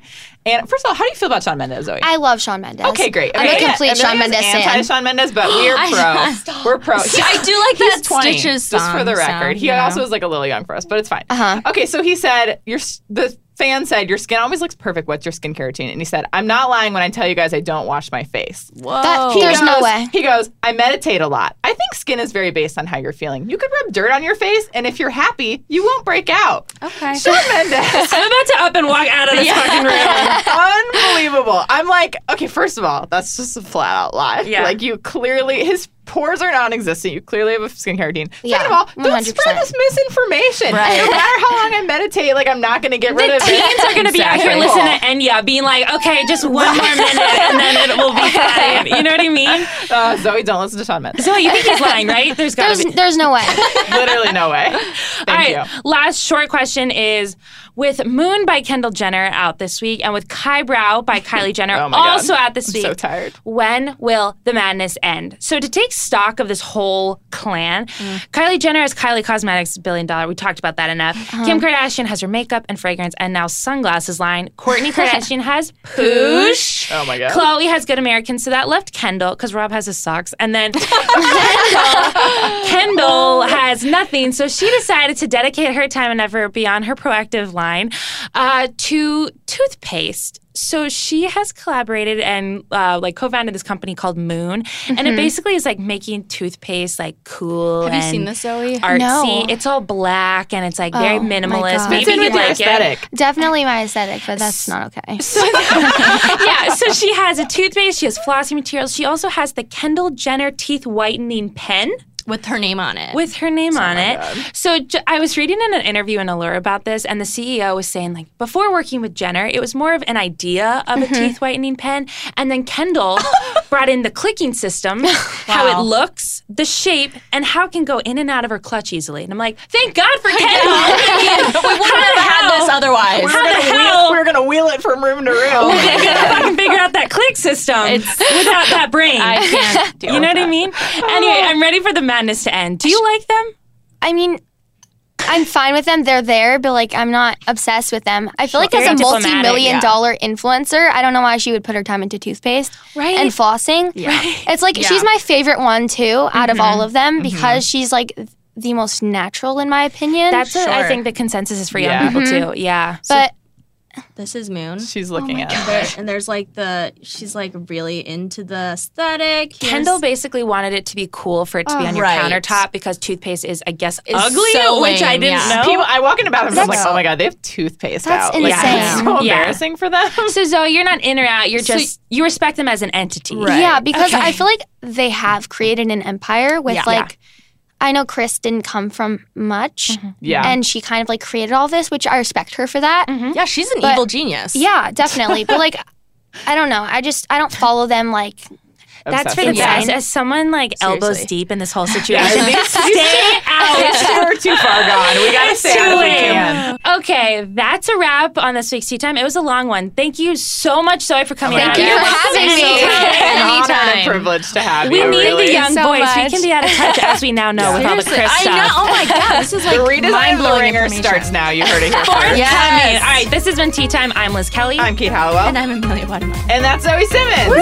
B: And first of all, how do you feel about Sean Mendes, Zoe?
D: I love Sean Mendes.
B: okay, great.
D: I'm
B: Amelia-
D: a complete Sean
B: Amelia's
D: Mendes
B: anti
D: fan.
B: Sean Mendes, but we're pro. We're pro.
C: I do like that
B: He's 20,
C: Stitches song.
B: just for the record.
C: so,
B: he
C: you know.
B: also was like a little young for us, but it's fine.
D: Uh-huh.
B: Okay, so he said your s- the fan said your skin always looks perfect. What's your skincare routine? And he said, I'm not lying when I tell you guys I don't wash my face.
C: Whoa.
D: That-
B: He
D: There's
B: goes-
D: no way.
B: He goes, I meditate a lot. I think skin is very based on how you're feeling. You could rub dirt on your face, and if you're happy, you won't break out.
C: okay.
B: Shawn Mendes.
A: I'm about to up and walk out [laughs] of this fucking room.
B: unbelievable. I'm like, okay, first of all, that's just a flat out lie.
A: Yeah.
B: Like you clearly his pores are non-existent. You clearly have a skincare routine.
D: Yeah,
B: Second of all, don't
D: 100%.
B: spread this misinformation.
C: Right.
B: No matter how long I meditate, like I'm not gonna get rid of it.
A: Teens are going to be out here
B: Exactly.
A: listening to Enya being like, okay, just one more minute and then it will be fine. You know what I mean?
B: Uh, Zoe, don't listen to
A: [laughs]
B: Sean Mendes.
A: Zoe, you think he's lying, right? There's got
D: There's
A: to be.
D: there's
B: [laughs]
D: no way.
B: Literally no way. Thank
A: All
B: you.
A: right, Last short question is with Moon by Kendall Jenner out this week and with Kai
B: [laughs]
A: Brow by Kylie Jenner
B: Oh my God.
A: also out this
B: I'm
A: week.
B: so tired.
A: When will the madness end? So to take stock of this whole clan.
B: Mm.
A: Kylie Jenner has Kylie Cosmetics billion dollar. We talked about that enough.
B: Uh-huh.
A: Kim Kardashian has her makeup and fragrance and now sunglasses line.
B: [laughs]
A: Courtney Kardashian has Poosh.
B: Oh my god.
A: Chloe has Good Americans, so that left Kendall because Rob has his socks, and
B: [laughs]
A: then Kendall, [laughs] Kendall has nothing. So she decided to dedicate her time and effort beyond her proactive line uh, to toothpaste. So she has collaborated and uh, like co-founded this company called Moon, and
D: Mm-hmm.
A: it basically is like making toothpaste like cool.
C: Have you
A: and
C: seen this, Zoe?
A: Artsy.
D: No.
A: It's all black and it's like very
D: Oh, my
A: minimalist.
D: God.
B: Fits
A: Maybe
B: in
A: you
B: with your
A: like it.
B: aesthetic.
D: Definitely my aesthetic, but that's not okay.
A: [laughs] yeah, so she has a toothpaste, she has flossing materials. She also has the Kendall Jenner teeth whitening pen
C: With her name on it.
A: with her name on it. So j- I was reading in an interview in Allure about this, and the CEO was saying, like, before working with Jenner, it was more of an idea of a teeth whitening pen. And then Kendall brought in the clicking system, how it looks, the shape, and how it can go in and out of her clutch easily. And I'm like, thank God
B: [laughs]
A: for Kendall.
C: we wouldn't have had [laughs] this otherwise.
A: How the hell? Oh
B: We're gonna wheel it from room to room.
A: I couldn't fucking figure out that click system [laughs] without
B: [laughs]
A: that brain.
C: I can't deal
A: you know
C: with
A: what I
C: that.
A: mean?
B: Oh.
A: Anyway, I'm ready for the madness to end. Do you like them?
D: I mean, I'm fine with them. They're there, but like I'm not obsessed with them. I feel like
A: Very
D: as a
A: diplomatic,
D: multi-million
A: yeah.
D: dollar influencer, I don't know why she would put her time into toothpaste
A: Right.
D: and flossing. It's like she's my favorite one too out of
A: Mm-hmm.
D: all of them because she's like th- the most natural in my opinion.
A: That's what I
B: Sure.
A: think the consensus is for young
B: Yeah.
A: people too. Yeah.
D: but
C: This is Moon.
B: She's
A: Oh
B: looking at. it.
C: There- and there's like the she's like really into the aesthetic. Here's-
A: Kendall basically wanted it to be cool for it to be on your
C: Right.
A: countertop because toothpaste is, I guess,
C: It's
A: ugly,
C: so
A: which I
C: lame,
A: didn't
C: yeah.
A: know.
B: People, I walk into bathrooms. I'm like,
D: That's-
B: oh my god, they have toothpaste
D: That's
B: out. Like,
D: insane.
B: it's so
A: Yeah.
B: embarrassing for them.
A: so Zoe, you're not in or out. You're just you respect them as an entity.
D: yeah, because I feel like they have created an empire with
A: Yeah.
D: like I know Chris didn't come from much
A: Mm-hmm.
B: Yeah.
D: and she kind of like created all this, which I respect her for that.
A: Mm-hmm.
C: Yeah, she's an
D: But-
C: evil genius.
D: Yeah, definitely. but like I don't know. I just I don't follow them like
A: That's for the
B: Obsessive.
A: best. As someone like elbows
C: Seriously.
A: deep in this whole situation, [laughs]
B: these-
A: stay out.
B: These two are too far gone. We gotta stay out if we can.
A: Okay, that's a wrap on this week's Tea Time. It was a long one. Thank you so much, Zoe, for coming
B: Thank
A: out.
B: you
A: It
B: for
A: was
D: having
A: so
D: me.
A: good.
B: An [laughs] honor and a
C: Anytime.
B: privilege to have
A: We
B: you.
A: need
B: really.
A: the uh, young
D: so
A: boys. We
D: much.
A: can be out of touch, as we now know, with all the
C: Seriously,
A: Chris
C: I
A: stuff.
C: know. Oh my god, [laughs] this is like
B: The redesign of the
C: mind-blowing
B: ringer
C: information.
B: starts now. You heard it here first.
A: Coming.
C: Yes.
A: All right, this has been Tea Time. I'm Liz Kelly.
B: I'm Kate Hallowell.
C: And I'm Amelia Wadman.
B: And that's Zoe Simmons.